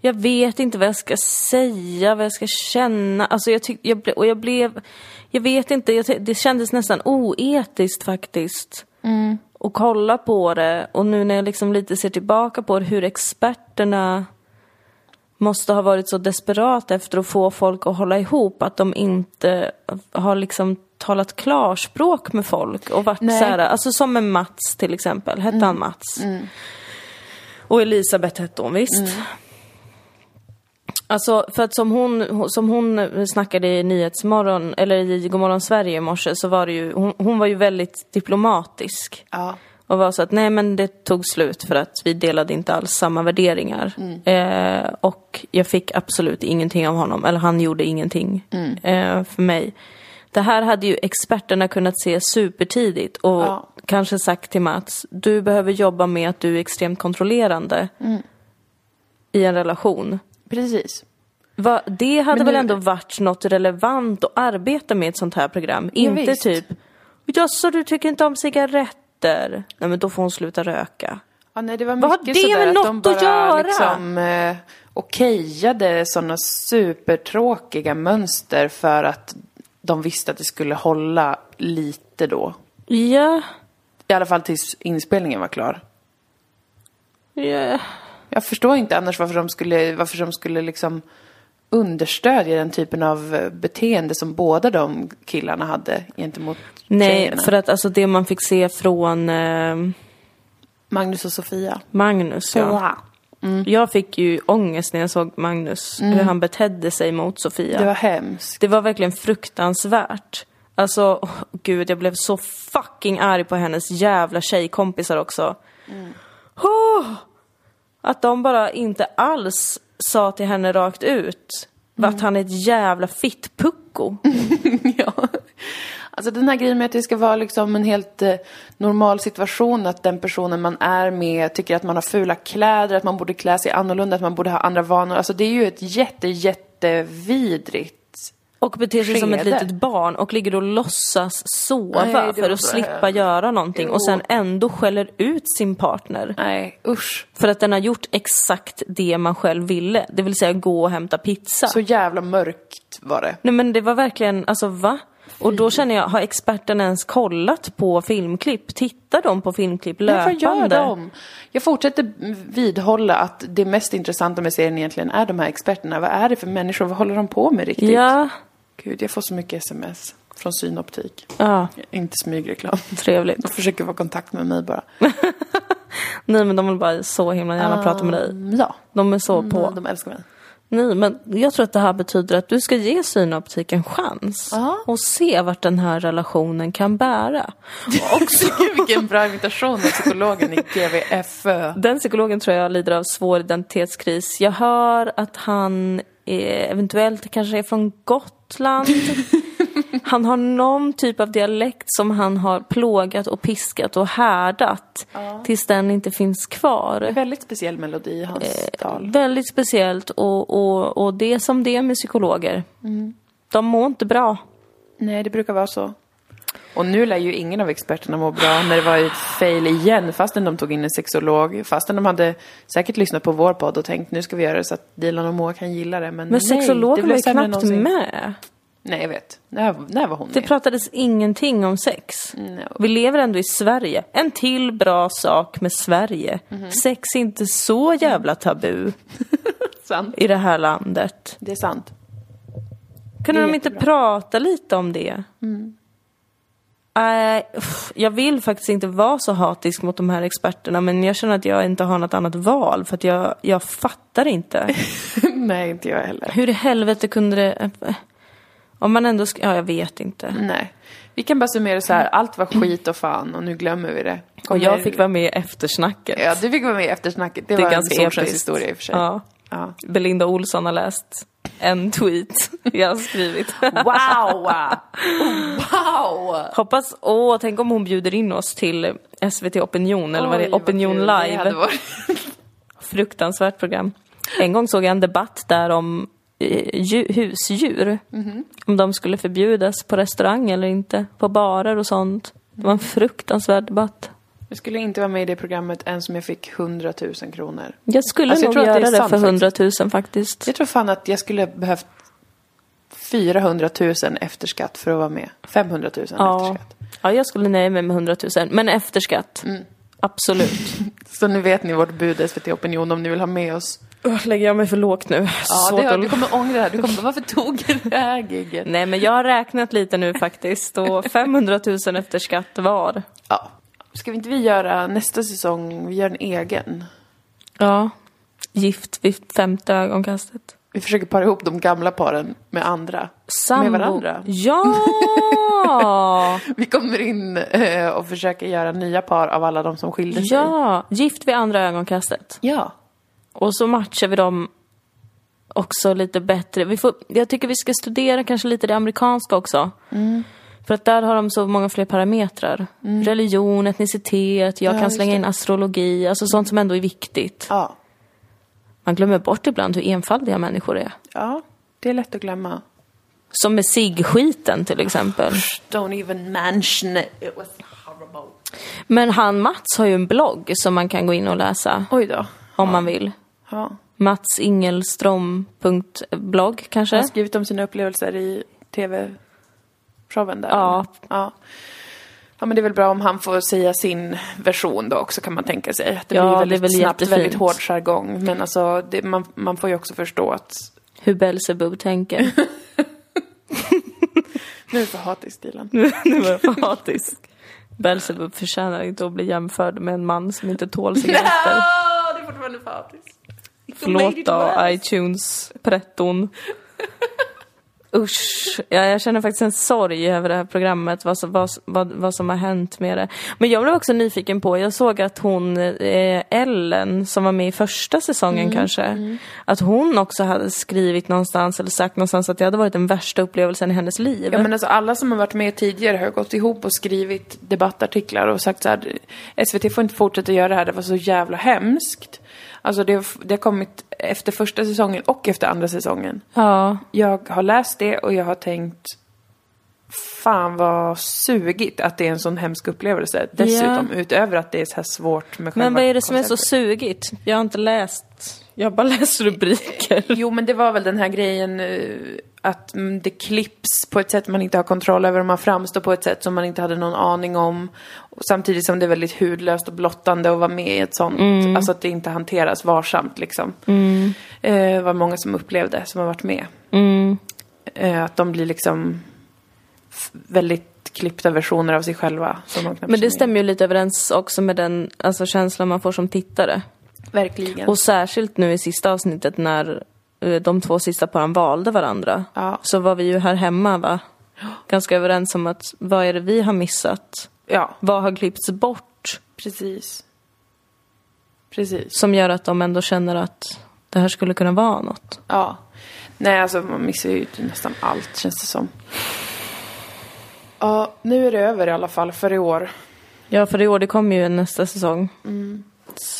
Speaker 2: jag vet inte vad jag ska säga, vad jag ska känna. Alltså jag tyck, jag ble, och jag blev, jag vet inte, jag, ty- det kändes nästan oetiskt faktiskt. Och kolla på det och nu när jag liksom lite ser tillbaka på det, hur experterna måste ha varit så desperata efter att få folk att hålla ihop att de inte har liksom talat klarspråk med folk och varit
Speaker 1: Nej.
Speaker 2: så här, alltså som med Mats till exempel, hette han Mats? Och Elisabeth hette hon visst. Alltså för att som hon, som hon snackade i Nyhetsmorgon, eller i Godmorgon Sverige i morse så var det ju, hon, hon var ju väldigt diplomatisk.
Speaker 1: Ja.
Speaker 2: Och var så att nej men det tog slut för att vi delade inte alls samma värderingar. Eh, och jag fick absolut ingenting av honom, eller han gjorde ingenting eh, för mig. Det här hade ju experterna kunnat se supertidigt och
Speaker 1: Ja.
Speaker 2: kanske sagt till Mats, du behöver jobba med att du är extremt kontrollerande i en relation.
Speaker 1: Precis.
Speaker 2: Va, det hade
Speaker 1: Men
Speaker 2: väl
Speaker 1: nu-
Speaker 2: ändå varit något relevant att arbeta med i ett sånt här program? Inte
Speaker 1: visst.
Speaker 2: typ, ja så du tycker inte om cigaretter? Nej men då får hon sluta röka.
Speaker 1: Ja, nej, det var
Speaker 2: Vad har
Speaker 1: mycket
Speaker 2: det
Speaker 1: sådär
Speaker 2: med
Speaker 1: att de
Speaker 2: något
Speaker 1: bara
Speaker 2: att göra?
Speaker 1: liksom eh, okejade sådana supertråkiga mönster för att de visste att det skulle hålla lite då.
Speaker 2: Ja,
Speaker 1: I alla fall tills inspelningen var klar.
Speaker 2: ja.
Speaker 1: Jag förstår inte annars varför de skulle, varför de skulle liksom understödja den typen av eh, beteende som båda de killarna hade gentemot
Speaker 2: Nej,
Speaker 1: tjejerna.
Speaker 2: för att alltså det man fick se från eh,
Speaker 1: Magnus och Sofia.
Speaker 2: Magnus, ja.
Speaker 1: Ja.
Speaker 2: Jag fick ju ångest när jag såg Magnus,
Speaker 1: Mm.
Speaker 2: hur han betedde sig mot Sofia.
Speaker 1: Det var hemskt.
Speaker 2: Det var verkligen fruktansvärt. Alltså, åh, gud, jag blev så fucking arg på hennes jävla tjejkompisar också. Åh! att de bara inte alls sa till henne rakt ut
Speaker 1: Mm.
Speaker 2: att han är ett jävla fittpucko.
Speaker 1: ja. Alltså den här grejen med att det ska vara liksom en helt eh, normal situation, att den personen man är med tycker att man har fula kläder, att man borde klä sig annorlunda, att man borde ha andra vanor. Alltså det är ju ett jätte, jättevidrigt
Speaker 2: Och beter sig som ett
Speaker 1: Skede.
Speaker 2: litet barn och ligger och låtsas sova
Speaker 1: Nej, det
Speaker 2: för
Speaker 1: var
Speaker 2: att
Speaker 1: så
Speaker 2: slippa
Speaker 1: hemskt.
Speaker 2: göra någonting och
Speaker 1: Jo.
Speaker 2: sen ändå skäller ut sin partner.
Speaker 1: Nej, usch.
Speaker 2: För att den har gjort exakt det man själv ville, det vill säga gå och hämta pizza.
Speaker 1: Så jävla mörkt var det.
Speaker 2: Nej men det var verkligen, alltså va? Och då känner jag, har experten ens kollat på filmklipp? Tittar de på filmklipp
Speaker 1: Men Vad gör
Speaker 2: löpande?
Speaker 1: de? Jag fortsätter vidhålla att det mest intressanta med serien egentligen är de här experterna. Vad är det för människor? Vad håller de på med riktigt?
Speaker 2: Ja,
Speaker 1: Gud, jag får så mycket sms från synoptik.
Speaker 2: ja,
Speaker 1: Inte smygreklam.
Speaker 2: trevligt.
Speaker 1: De försöker vara i kontakt med mig bara.
Speaker 2: Nej men de vill bara så himla gärna prata med dig.
Speaker 1: Mm, Ja,
Speaker 2: De är så på.
Speaker 1: på. de älskar mig.
Speaker 2: Nej men jag tror att det här betyder att du ska ge synoptik en chans.
Speaker 1: Ja.
Speaker 2: Och se vart den här relationen kan bära.
Speaker 1: Också. Vilken bra invitation av psykologen i GVFÖ.
Speaker 2: Den psykologen tror jag lider av svår identitetskris. Jag hör att han är, eventuellt kanske är från Gotland. Han har någon typ av dialekt som han har plågat och piskat och härdat tills den inte finns kvar.
Speaker 1: Väldigt speciell melodi i hans
Speaker 2: Eh,
Speaker 1: tal.
Speaker 2: Väldigt speciellt och, och, och det är som det är med psykologer.
Speaker 1: Mm.
Speaker 2: De mår inte bra.
Speaker 1: Nej, det brukar vara så. Och nu lär ju ingen av experterna må bra när det var ett fail igen fastän de tog in en sexolog. Fastän de hade säkert lyssnat på vår podd och tänkt nu ska vi göra det så att Dilan och Moa kan gilla det. Men,
Speaker 2: Men
Speaker 1: nej, det
Speaker 2: sexologen var
Speaker 1: blev
Speaker 2: ju
Speaker 1: sämre än
Speaker 2: knappt
Speaker 1: någonsin.
Speaker 2: med.
Speaker 1: Nej, jag vet. När, när var hon
Speaker 2: Det
Speaker 1: med?
Speaker 2: pratades ingenting om sex.
Speaker 1: No.
Speaker 2: Vi lever ändå i Sverige. En till bra sak med Sverige.
Speaker 1: Mhm.
Speaker 2: Sex är inte så jävla tabu
Speaker 1: Sant.
Speaker 2: i det här landet.
Speaker 1: Det är sant.
Speaker 2: Kunde
Speaker 1: Det är
Speaker 2: de inte
Speaker 1: jättebra. Mm.
Speaker 2: prata lite om det? Nej, uff, jag vill faktiskt inte vara så hatisk mot de här experterna men jag känner att jag inte har något annat val för att jag, jag fattar inte.
Speaker 1: nej, inte jag heller.
Speaker 2: Hur i helvete kunde
Speaker 1: eh,
Speaker 2: det... Om man ändå ska... Ja, jag vet inte.
Speaker 1: Nej. Vi kan bara summera så här, allt var skit och fan och nu glömmer vi det.
Speaker 2: Och
Speaker 1: Kommer-
Speaker 2: jag fick vara med i eftersnacket.
Speaker 1: Ja, du fick vara med i eftersnacket. Det,
Speaker 2: Det är
Speaker 1: var
Speaker 2: ganska
Speaker 1: en sorts
Speaker 2: episkt.
Speaker 1: historia i och för sig.
Speaker 2: Ja.
Speaker 1: Ja.
Speaker 2: Belinda Olsson har läst en tweet jag har skrivit.
Speaker 1: Wow! Wow!
Speaker 2: Hoppas, åh, tänk om hon bjuder in oss till SVT Opinion eller vad det
Speaker 1: Oj,
Speaker 2: är, Opinion
Speaker 1: kul. Det
Speaker 2: Live.
Speaker 1: hade varit-
Speaker 2: Fruktansvärt program. En gång såg jag en debatt där om eh, dju- husdjur.
Speaker 1: Mhm.
Speaker 2: Om de skulle förbjudas på restaurang eller inte, på barer och sånt. Det var en fruktansvärd debatt.
Speaker 1: Jag skulle inte vara med i det programmet ens om jag fick 100 000 kronor.
Speaker 2: Jag skulle
Speaker 1: Alltså, jag
Speaker 2: nog
Speaker 1: tror att det
Speaker 2: göra
Speaker 1: är
Speaker 2: det,
Speaker 1: sant
Speaker 2: för 100 000 faktiskt.
Speaker 1: Jag tror fan att jag skulle behövt 400 000 efter skatt för att vara med. 500 000 efter
Speaker 2: Ja.
Speaker 1: skatt.
Speaker 2: ja, jag skulle nöja mig med 100 000, men efter skatt.
Speaker 1: Mm.
Speaker 2: Absolut.
Speaker 1: Så nu vet ni vårt bud SVT Opinion om ni vill ha med oss.
Speaker 2: Åh, Lägger jag mig för lågt nu?
Speaker 1: Ja,
Speaker 2: Svårt
Speaker 1: det,
Speaker 2: att-
Speaker 1: du kommer ångra det här. Du kommer, varför tog jag det här giget?
Speaker 2: Nej men jag har räknat lite nu faktiskt och 500 000 efter skatt var.
Speaker 1: Ja. Ska vi inte vi göra nästa säsong, vi gör en egen?
Speaker 2: Ja. Gift vid femte ögonkastet.
Speaker 1: Vi försöker para ihop de gamla paren med andra.
Speaker 2: Sambo.
Speaker 1: Med varandra.
Speaker 2: Ja!
Speaker 1: Vi kommer in eh, och försöker göra nya par av alla de som skilde sig.
Speaker 2: ja! Gift vid andra ögonkastet.
Speaker 1: Ja.
Speaker 2: Och så matchar vi dem också lite bättre. Vi får, jag tycker vi ska studera kanske lite det amerikanska också.
Speaker 1: Mm.
Speaker 2: För att där har de så många fler parametrar. Religion, etnicitet, jag
Speaker 1: Ja,
Speaker 2: kan
Speaker 1: just
Speaker 2: slänga
Speaker 1: det.
Speaker 2: in astrologi, alltså sånt som ändå är viktigt.
Speaker 1: Ja.
Speaker 2: Man glömmer bort ibland hur enfaldiga människor är.
Speaker 1: Ja, det är lätt att glömma.
Speaker 2: Som med sig-skiten till exempel.
Speaker 1: Don't even mention it. It was horrible.
Speaker 2: Men han Mats har ju en blogg som man kan gå in och läsa
Speaker 1: Oj då.
Speaker 2: om man vill.
Speaker 1: Ja.
Speaker 2: Matsingelstrom.blogg
Speaker 1: Han
Speaker 2: kanske?
Speaker 1: har skrivit om sina upplevelser i tv-showen där.
Speaker 2: Ja.
Speaker 1: ja. Ja men det är väl bra om han får säga sin version då också kan man tänka sig. Det
Speaker 2: Ja,
Speaker 1: blir
Speaker 2: det är
Speaker 1: väldigt
Speaker 2: väl
Speaker 1: snabbt
Speaker 2: jättefint.
Speaker 1: väldigt hård jargong. Men alltså det, man, man får ju också förstå att
Speaker 2: Hur Belzebub tänker.
Speaker 1: nu är det för hatig stilen.
Speaker 2: nu var jag fanatisk. Belzebub förtjänar inte att bli jämförd med en man som inte tål cigaretter.
Speaker 1: det är fortfarande för hatiskt.
Speaker 2: Förlåt då, iTunes, pretton. Usch, ja, jag känner faktiskt en sorg över det här programmet, vad, som- vad, vad, vad som har hänt med det. Men jag blev också nyfiken på, jag såg att hon, eh, Ellen, som var med i första säsongen kanske, att hon också hade skrivit någonstans eller sagt någonstans att det hade varit den värsta upplevelsen i hennes liv.
Speaker 1: Ja men alltså alla som har varit med tidigare har gått ihop och skrivit debattartiklar och sagt så här, SVT får inte fortsätta göra det här, det var så jävla hemskt. Alltså det, har f- det har kommit efter första säsongen och efter andra säsongen.
Speaker 2: ja.
Speaker 1: Jag har läst det och jag har tänkt Fan vad sugigt att det är en sån hemsk upplevelse. Dessutom utöver att det är så här svårt med själva
Speaker 2: Men vad är det som är så
Speaker 1: konceptet.
Speaker 2: sugigt? Jag har inte läst, jag har bara läst rubriker.
Speaker 1: Jo men det var väl den här grejen eh, att mm, det klipps på ett sätt man inte har kontroll över och man framstår på ett sätt som man inte hade någon aning om. Och samtidigt som det är väldigt hudlöst och blottande att vara med i ett sånt.
Speaker 2: Mm.
Speaker 1: Alltså att det inte hanteras varsamt liksom. Eh, var många som upplevde som har varit med.
Speaker 2: Mm.
Speaker 1: Eh, att de blir liksom f- väldigt klippta versioner av sig själva. Som de knappt
Speaker 2: Men det
Speaker 1: känner igen.
Speaker 2: stämmer ju lite överens också med den alltså, känslan man får som tittare.
Speaker 1: Verkligen.
Speaker 2: Och särskilt nu i sista avsnittet när eh, de två sista paren valde varandra.
Speaker 1: Ja.
Speaker 2: Så var vi ju här hemma va? Ganska överens om att vad är det vi har missat?
Speaker 1: Ja,
Speaker 2: Vad har klippts bort
Speaker 1: precis. Precis.
Speaker 2: som gör att de ändå känner att det här skulle kunna vara något?
Speaker 1: Ja. Nej, alltså man missar ju nästan allt känns det som. Ja, nu är det över i alla fall för i år.
Speaker 2: Ja, för i år, det kommer ju en nästa säsong.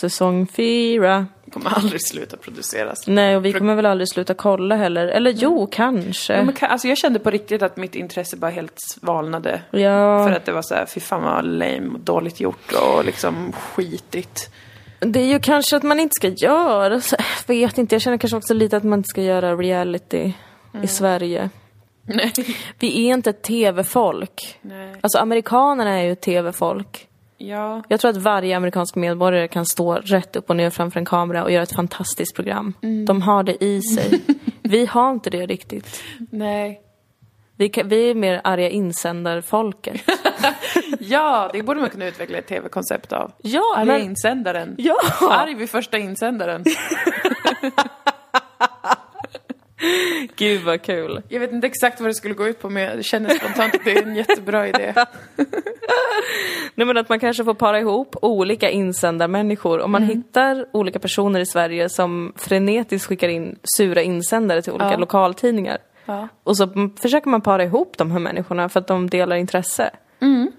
Speaker 2: Säsong fyra.
Speaker 1: Det kommer aldrig sluta produceras.
Speaker 2: Nej, och vi kommer väl aldrig sluta kolla heller. Eller jo, kanske.
Speaker 1: Ja, men, ka- alltså jag kände på riktigt att mitt intresse bara helt svalnade.
Speaker 2: Ja.
Speaker 1: För att det var så här, fy fan vad lame och dåligt gjort och liksom skitigt.
Speaker 2: Det är ju kanske att man inte ska göra, så- jag vet inte, jag känner kanske också lite att man inte ska göra reality
Speaker 1: Mm.
Speaker 2: i Sverige.
Speaker 1: Nej.
Speaker 2: Vi är inte ett tv-folk.
Speaker 1: Nej.
Speaker 2: Alltså amerikanerna är ju ett tv-folk.
Speaker 1: Ja.
Speaker 2: Jag tror att varje amerikansk medborgare kan stå rätt upp och ner framför en kamera och göra ett fantastiskt program.
Speaker 1: Mm.
Speaker 2: De har det i sig. Vi har inte det riktigt.
Speaker 1: Nej.
Speaker 2: Vi, kan, vi är mer arga insändarfolket.
Speaker 1: Ja, det borde man kunna utveckla ett tv-koncept av.
Speaker 2: Ja,
Speaker 1: Arga
Speaker 2: men-
Speaker 1: insändaren.
Speaker 2: Ja!
Speaker 1: Arg vid första insändaren.
Speaker 2: Gud vad kul.
Speaker 1: Jag vet inte exakt vad det skulle gå ut på men jag känner spontant att det är en jättebra idé.
Speaker 2: Nej men att man kanske får para ihop olika insändarmänniskor. Om man hittar olika personer i Sverige som frenetiskt skickar in sura insändare till olika
Speaker 1: Ja.
Speaker 2: lokaltidningar.
Speaker 1: Ja.
Speaker 2: Och så m- försöker man para ihop de här människorna för att de delar intresse.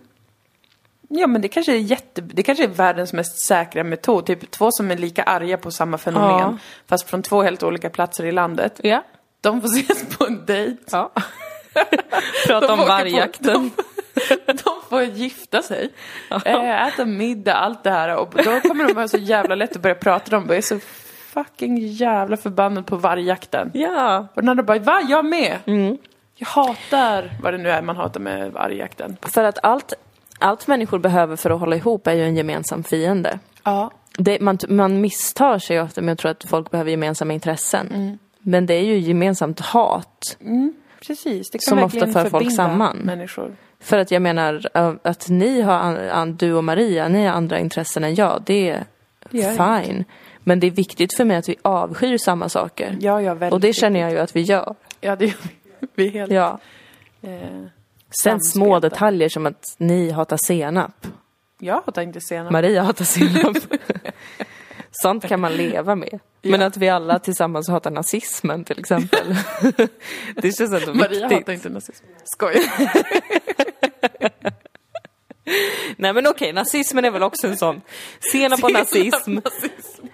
Speaker 1: Ja men det kanske är jätte, det kanske är världens mest säkra metod. Typ två som är lika arga på samma fenomen.
Speaker 2: Ja.
Speaker 1: Fast från två helt olika platser i landet.
Speaker 2: Ja.
Speaker 1: De får ses på en dejt.
Speaker 2: ja. Prata
Speaker 1: De
Speaker 2: om
Speaker 1: åker på-
Speaker 2: vargjakten.
Speaker 1: De får gifta sig. eh, Äta middag, allt det här. Och då kommer de vara så jävla lätt att börja prata om. Jag är så fucking jävla förbannad på vargjakten.
Speaker 2: Ja.
Speaker 1: Och den andra bara, va? Jag med!
Speaker 2: Mm.
Speaker 1: Jag hatar vad det nu är man hatar med vargjakten.
Speaker 2: För att allt, allt människor behöver för att hålla ihop är ju en gemensam fiende.
Speaker 1: Ja.
Speaker 2: Det, man, man misstar sig ofta med att tro att folk behöver gemensamma intressen. Men det är ju gemensamt hat.
Speaker 1: Precis, det kan
Speaker 2: Som ofta
Speaker 1: verkligen
Speaker 2: för folk
Speaker 1: förbinda
Speaker 2: samman.
Speaker 1: människor.
Speaker 2: För att jag menar eh, att ni har, an- an- du och Maria, ni har andra intressen än jag. Det är
Speaker 1: gör
Speaker 2: fine. Men det är viktigt för mig att vi avskyr samma saker.
Speaker 1: Ja, ja, väldigt
Speaker 2: och det känner jag ju att vi gör.
Speaker 1: Ja, det gör vi. vi är helt...
Speaker 2: Ja.
Speaker 1: Eh,
Speaker 2: Sen små
Speaker 1: Samspelta.
Speaker 2: detaljer som att ni hatar senap.
Speaker 1: jag hatar inte senap.
Speaker 2: Maria hatar senap. Sånt kan man leva med. Men att vi alla tillsammans hatar nazismen till exempel. det känns ändå viktigt.
Speaker 1: Maria hatar inte nazism. Skoj.
Speaker 2: Nej men okej, nazismen är väl också en sån. Senap och nazism,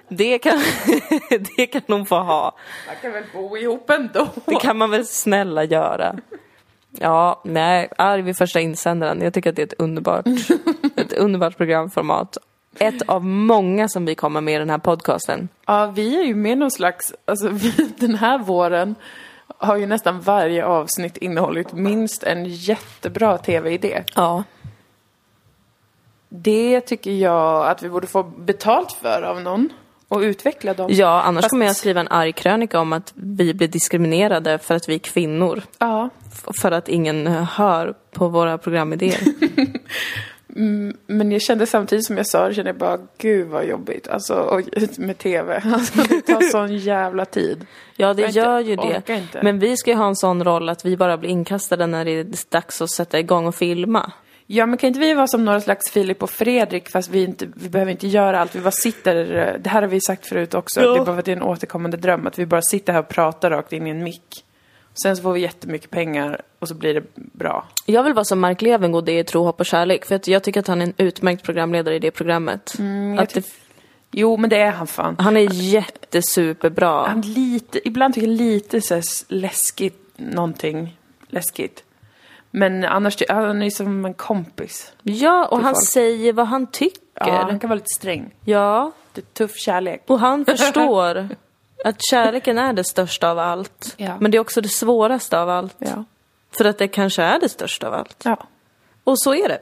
Speaker 2: det kan, det kan hon få ha.
Speaker 1: Man kan väl bo ihop ändå.
Speaker 2: Det kan man väl snälla göra. Ja, nej, arg vid första insändaren. Jag tycker att det är ett underbart, ett underbart programformat. Ett av många som vi kommer med i den här podcasten.
Speaker 1: Ja, vi är ju med någon slags... Alltså, vi, den här våren har ju nästan varje avsnitt innehållit minst en jättebra tv-idé.
Speaker 2: Ja.
Speaker 1: Det tycker jag att vi borde få betalt för av någon. Och utveckla dem.
Speaker 2: Ja, annars
Speaker 1: Fast-
Speaker 2: kommer jag skriva en arg krönika om att vi blir diskriminerade för att vi är kvinnor.
Speaker 1: Ja.
Speaker 2: F- För att ingen hör på våra programidéer.
Speaker 1: Men jag kände samtidigt som jag sa det, kände jag bara gud vad jobbigt. Alltså, och ut med tv. Alltså, det tar sån jävla tid.
Speaker 2: Ja, det
Speaker 1: Jag inte-
Speaker 2: gör ju det.
Speaker 1: orkar inte.
Speaker 2: Men vi ska ju ha en sån roll att vi bara blir inkastade när det är dags att sätta igång och filma.
Speaker 1: Ja, men kan inte vi vara som några slags Filip och Fredrik fast vi, inte, vi behöver inte göra allt. Vi bara sitter, eh, det här har vi sagt förut också,
Speaker 2: Ja.
Speaker 1: det är bara för att det är en återkommande dröm att vi bara sitter här och pratar rakt in i en mick. Sen så får vi jättemycket pengar och så blir det bra.
Speaker 2: Jag vill vara som Mark Levengood det är i Tro, hopp och kärlek. För att jag tycker att han är en utmärkt programledare i det programmet.
Speaker 1: Mm, jag
Speaker 2: att det,
Speaker 1: Jo, men det är han fan.
Speaker 2: han är jättesuperbra.
Speaker 1: Han lite, ibland tycker jag lite så här s- läskigt, någonting läskigt. Men annars, ty- han är som en kompis.
Speaker 2: Ja, och han
Speaker 1: folk.
Speaker 2: säger vad han
Speaker 1: Ja, han
Speaker 2: tycker.
Speaker 1: kan vara lite sträng.
Speaker 2: Ja,
Speaker 1: Det är tuff kärlek.
Speaker 2: och han förstår att kärleken är det största av allt.
Speaker 1: Ja.
Speaker 2: Men det är också det svåraste av allt.
Speaker 1: Ja.
Speaker 2: För att det kanske är det största av allt.
Speaker 1: Ja.
Speaker 2: Och så är det.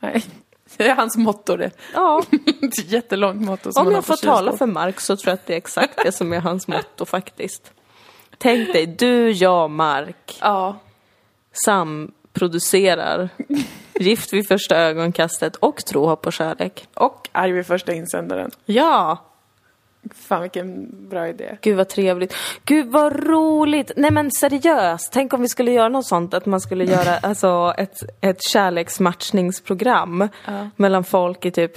Speaker 1: Nej. Det är hans motto det.
Speaker 2: Ja.
Speaker 1: Ett jättelångt motto som
Speaker 2: Om
Speaker 1: han
Speaker 2: jag
Speaker 1: har på
Speaker 2: får tala
Speaker 1: kylskåp.
Speaker 2: för Marx så tror jag att det är exakt det som är hans motto faktiskt. Tänk dig, du, jag, Mark
Speaker 1: Ja.
Speaker 2: samproducerar Gift vid första ögonkastet och Tro, hopp och kärlek.
Speaker 1: Och arg vid första insändaren.
Speaker 2: Ja!
Speaker 1: Fan vilken bra idé.
Speaker 2: Gud vad trevligt. Gud vad roligt! Nej men seriöst, tänk om vi skulle göra något sånt att man skulle göra alltså, ett, ett kärleksmatchningsprogram mellan folk i typ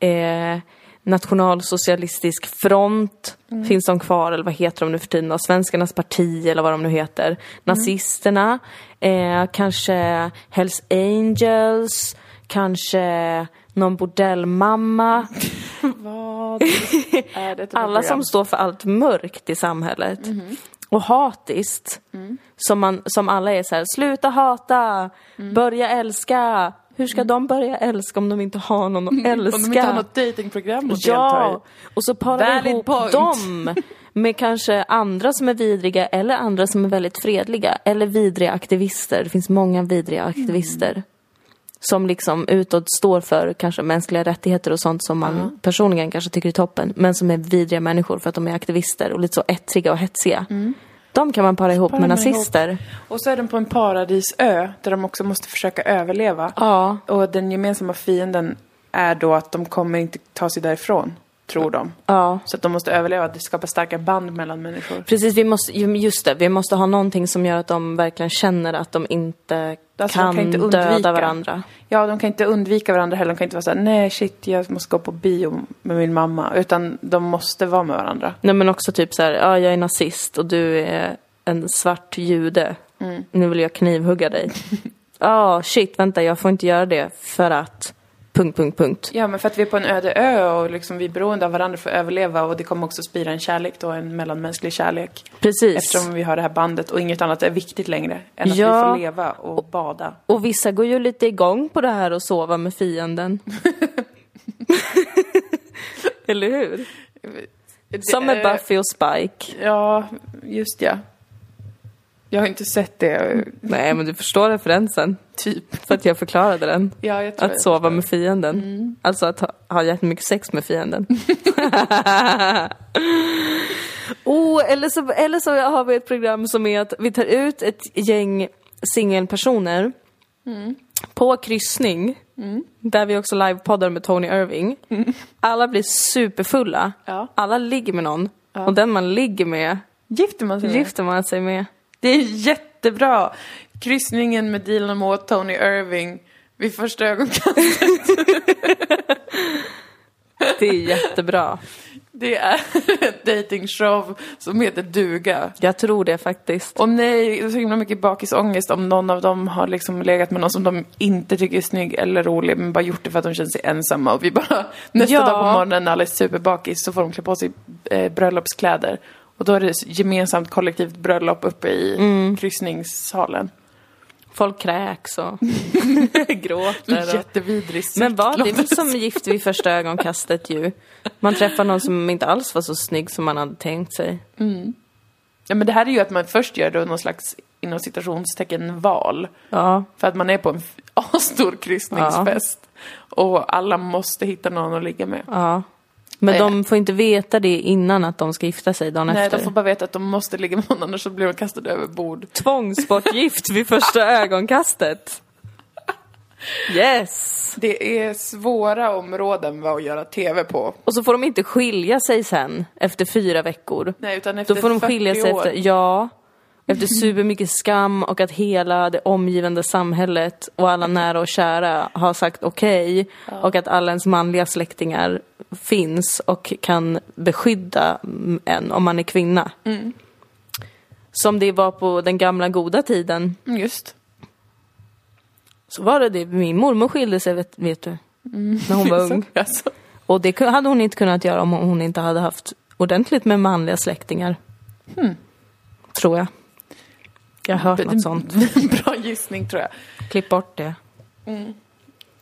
Speaker 2: eh, Nationalsocialistisk front, finns de kvar eller vad heter de nu för tiden då? Svenskarnas parti eller vad de nu heter. Nazisterna, eh, kanske Hells Angels, kanske någon bordellmamma.
Speaker 1: Vad är det
Speaker 2: Alla som står för allt mörkt i samhället. Och hatiskt. Som, man, som alla är så här: sluta hata, börja älska. Hur ska de börja älska om de inte har någon att älska?
Speaker 1: Om de inte har något datingprogram att delta
Speaker 2: ja,
Speaker 1: i.
Speaker 2: och så parar vi
Speaker 1: Valid
Speaker 2: ihop
Speaker 1: point.
Speaker 2: dem med kanske andra som är vidriga eller andra som är väldigt fredliga. Eller vidriga aktivister. Det finns många
Speaker 1: Mm.
Speaker 2: vidriga aktivister. Som liksom utåt står för kanske mänskliga rättigheter och sånt som man personligen kanske tycker är toppen. Men som är vidriga människor för att de är aktivister och lite så ettriga och hetsiga. De kan man para ihop
Speaker 1: Mm. Parar
Speaker 2: med
Speaker 1: man ihop.
Speaker 2: nazister.
Speaker 1: Och så är de på en paradisö där de också måste försöka överleva.
Speaker 2: Ja.
Speaker 1: Och den gemensamma fienden är då att de kommer inte ta sig därifrån, tror de.
Speaker 2: Ja.
Speaker 1: Så att de måste överleva, det skapar starka band mellan människor. Alltså,
Speaker 2: Precis, vi måste, ju- just det, vi måste ha någonting som gör att de verkligen känner att de inte
Speaker 1: Alltså, de
Speaker 2: kan,
Speaker 1: kan inte undvika.
Speaker 2: döda varandra.
Speaker 1: Ja, de kan inte undvika varandra heller, de kan inte vara såhär, nej shit, jag måste gå på bio med min mamma. Utan de måste vara med varandra.
Speaker 2: Nej men också typ så här, ja jag är nazist och du är en svart jude. Nu vill jag knivhugga dig. Ja, shit, vänta, jag får inte göra det för att... Punkt, punkt, punkt.
Speaker 1: Ja, men för att vi är på en öde ö och liksom vi är beroende av varandra för att överleva och det kommer också spira en kärlek då, en mellanmänsklig kärlek.
Speaker 2: Precis.
Speaker 1: Eftersom vi har det här bandet och inget annat är viktigt längre än att
Speaker 2: Ja.
Speaker 1: vi får leva och bada.
Speaker 2: Och vissa går ju lite igång på det här och sova med fienden. Eller hur? Som med Buffy och Spike.
Speaker 1: Ja, just ja. Jag har inte sett det,
Speaker 2: Nej, men du förstår referensen.
Speaker 1: typ.
Speaker 2: För att jag förklarade den.
Speaker 1: Ja, jag Mm. tror
Speaker 2: Att sova med fienden. Alltså att ha, ha jättemycket sex med fienden. oh, eller, så, eller så har vi ett program som är att vi tar ut ett gäng singelpersoner
Speaker 1: Mm.
Speaker 2: på kryssning. Där vi också livepoddar med Tony Irving.
Speaker 1: Mm.
Speaker 2: Alla blir superfulla.
Speaker 1: Ja.
Speaker 2: Alla ligger med någon. Och den man ligger med
Speaker 1: Gifter man sig med?
Speaker 2: gifter man sig med.
Speaker 1: Det är jättebra! Kryssningen med Dylan Moore och Tony Irving vid första ögonkastet.
Speaker 2: Det är jättebra.
Speaker 1: Det är en dejtingshow som heter duga.
Speaker 2: Jag tror det faktiskt.
Speaker 1: Och nej, det är så himla mycket bakisångest om någon av dem har liksom legat med någon som de inte tycker är snygg eller rolig men bara gjort det för att de känner sig ensamma och vi bara nästa
Speaker 2: Ja.
Speaker 1: dag på morgonen när alla är superbakis så får de klä på sig eh, bröllopskläder. Och då är det s- gemensamt kollektivt bröllop uppe i
Speaker 2: Mm.
Speaker 1: kryssningssalen.
Speaker 2: Folk kräks och gråter. Och...
Speaker 1: Jättevidrig sikt,
Speaker 2: Men vad, det är
Speaker 1: låter
Speaker 2: väl som gift vid första ögonkastet ju. Man träffar någon som inte alls var så snygg som man hade tänkt sig.
Speaker 1: Ja men det här är ju att man först gör då någon slags inom citationstecken val.
Speaker 2: Ja,
Speaker 1: För att man är på en f- asstor kryssningsfest. Och alla måste hitta någon att ligga med.
Speaker 2: Ja. Men
Speaker 1: Nej.
Speaker 2: de får inte veta det innan att de ska gifta sig dagen
Speaker 1: Nej,
Speaker 2: efter.
Speaker 1: de får bara veta att de måste ligga med någon annars så blir de kastade över bord.
Speaker 2: Tvångsbortgift vid första ögonkastet. Yes!
Speaker 1: Det är svåra områden vad att göra TV på.
Speaker 2: Och så får de inte skilja sig sen efter fyra veckor.
Speaker 1: Nej, utan efter
Speaker 2: Då får de
Speaker 1: 40
Speaker 2: skilja sig
Speaker 1: år.
Speaker 2: efter, ja, efter supermycket skam och att hela det omgivande samhället och alla nära och kära har sagt okej och att alla ens manliga släktingar finns och kan beskydda mm, en om man är kvinna.
Speaker 1: Mm.
Speaker 2: Som det var på den gamla goda tiden
Speaker 1: Mm, Just.
Speaker 2: så var det det, min mormor skilde sig vet, vet du,
Speaker 1: Mm.
Speaker 2: när hon var ung.
Speaker 1: Alltså,
Speaker 2: Och det ku- hade hon inte kunnat göra om hon inte hade haft ordentligt med manliga släktingar. Tror jag. Hmm. Jag har hört något sånt.
Speaker 1: Bra gissning tror jag.
Speaker 2: Klipp bort det.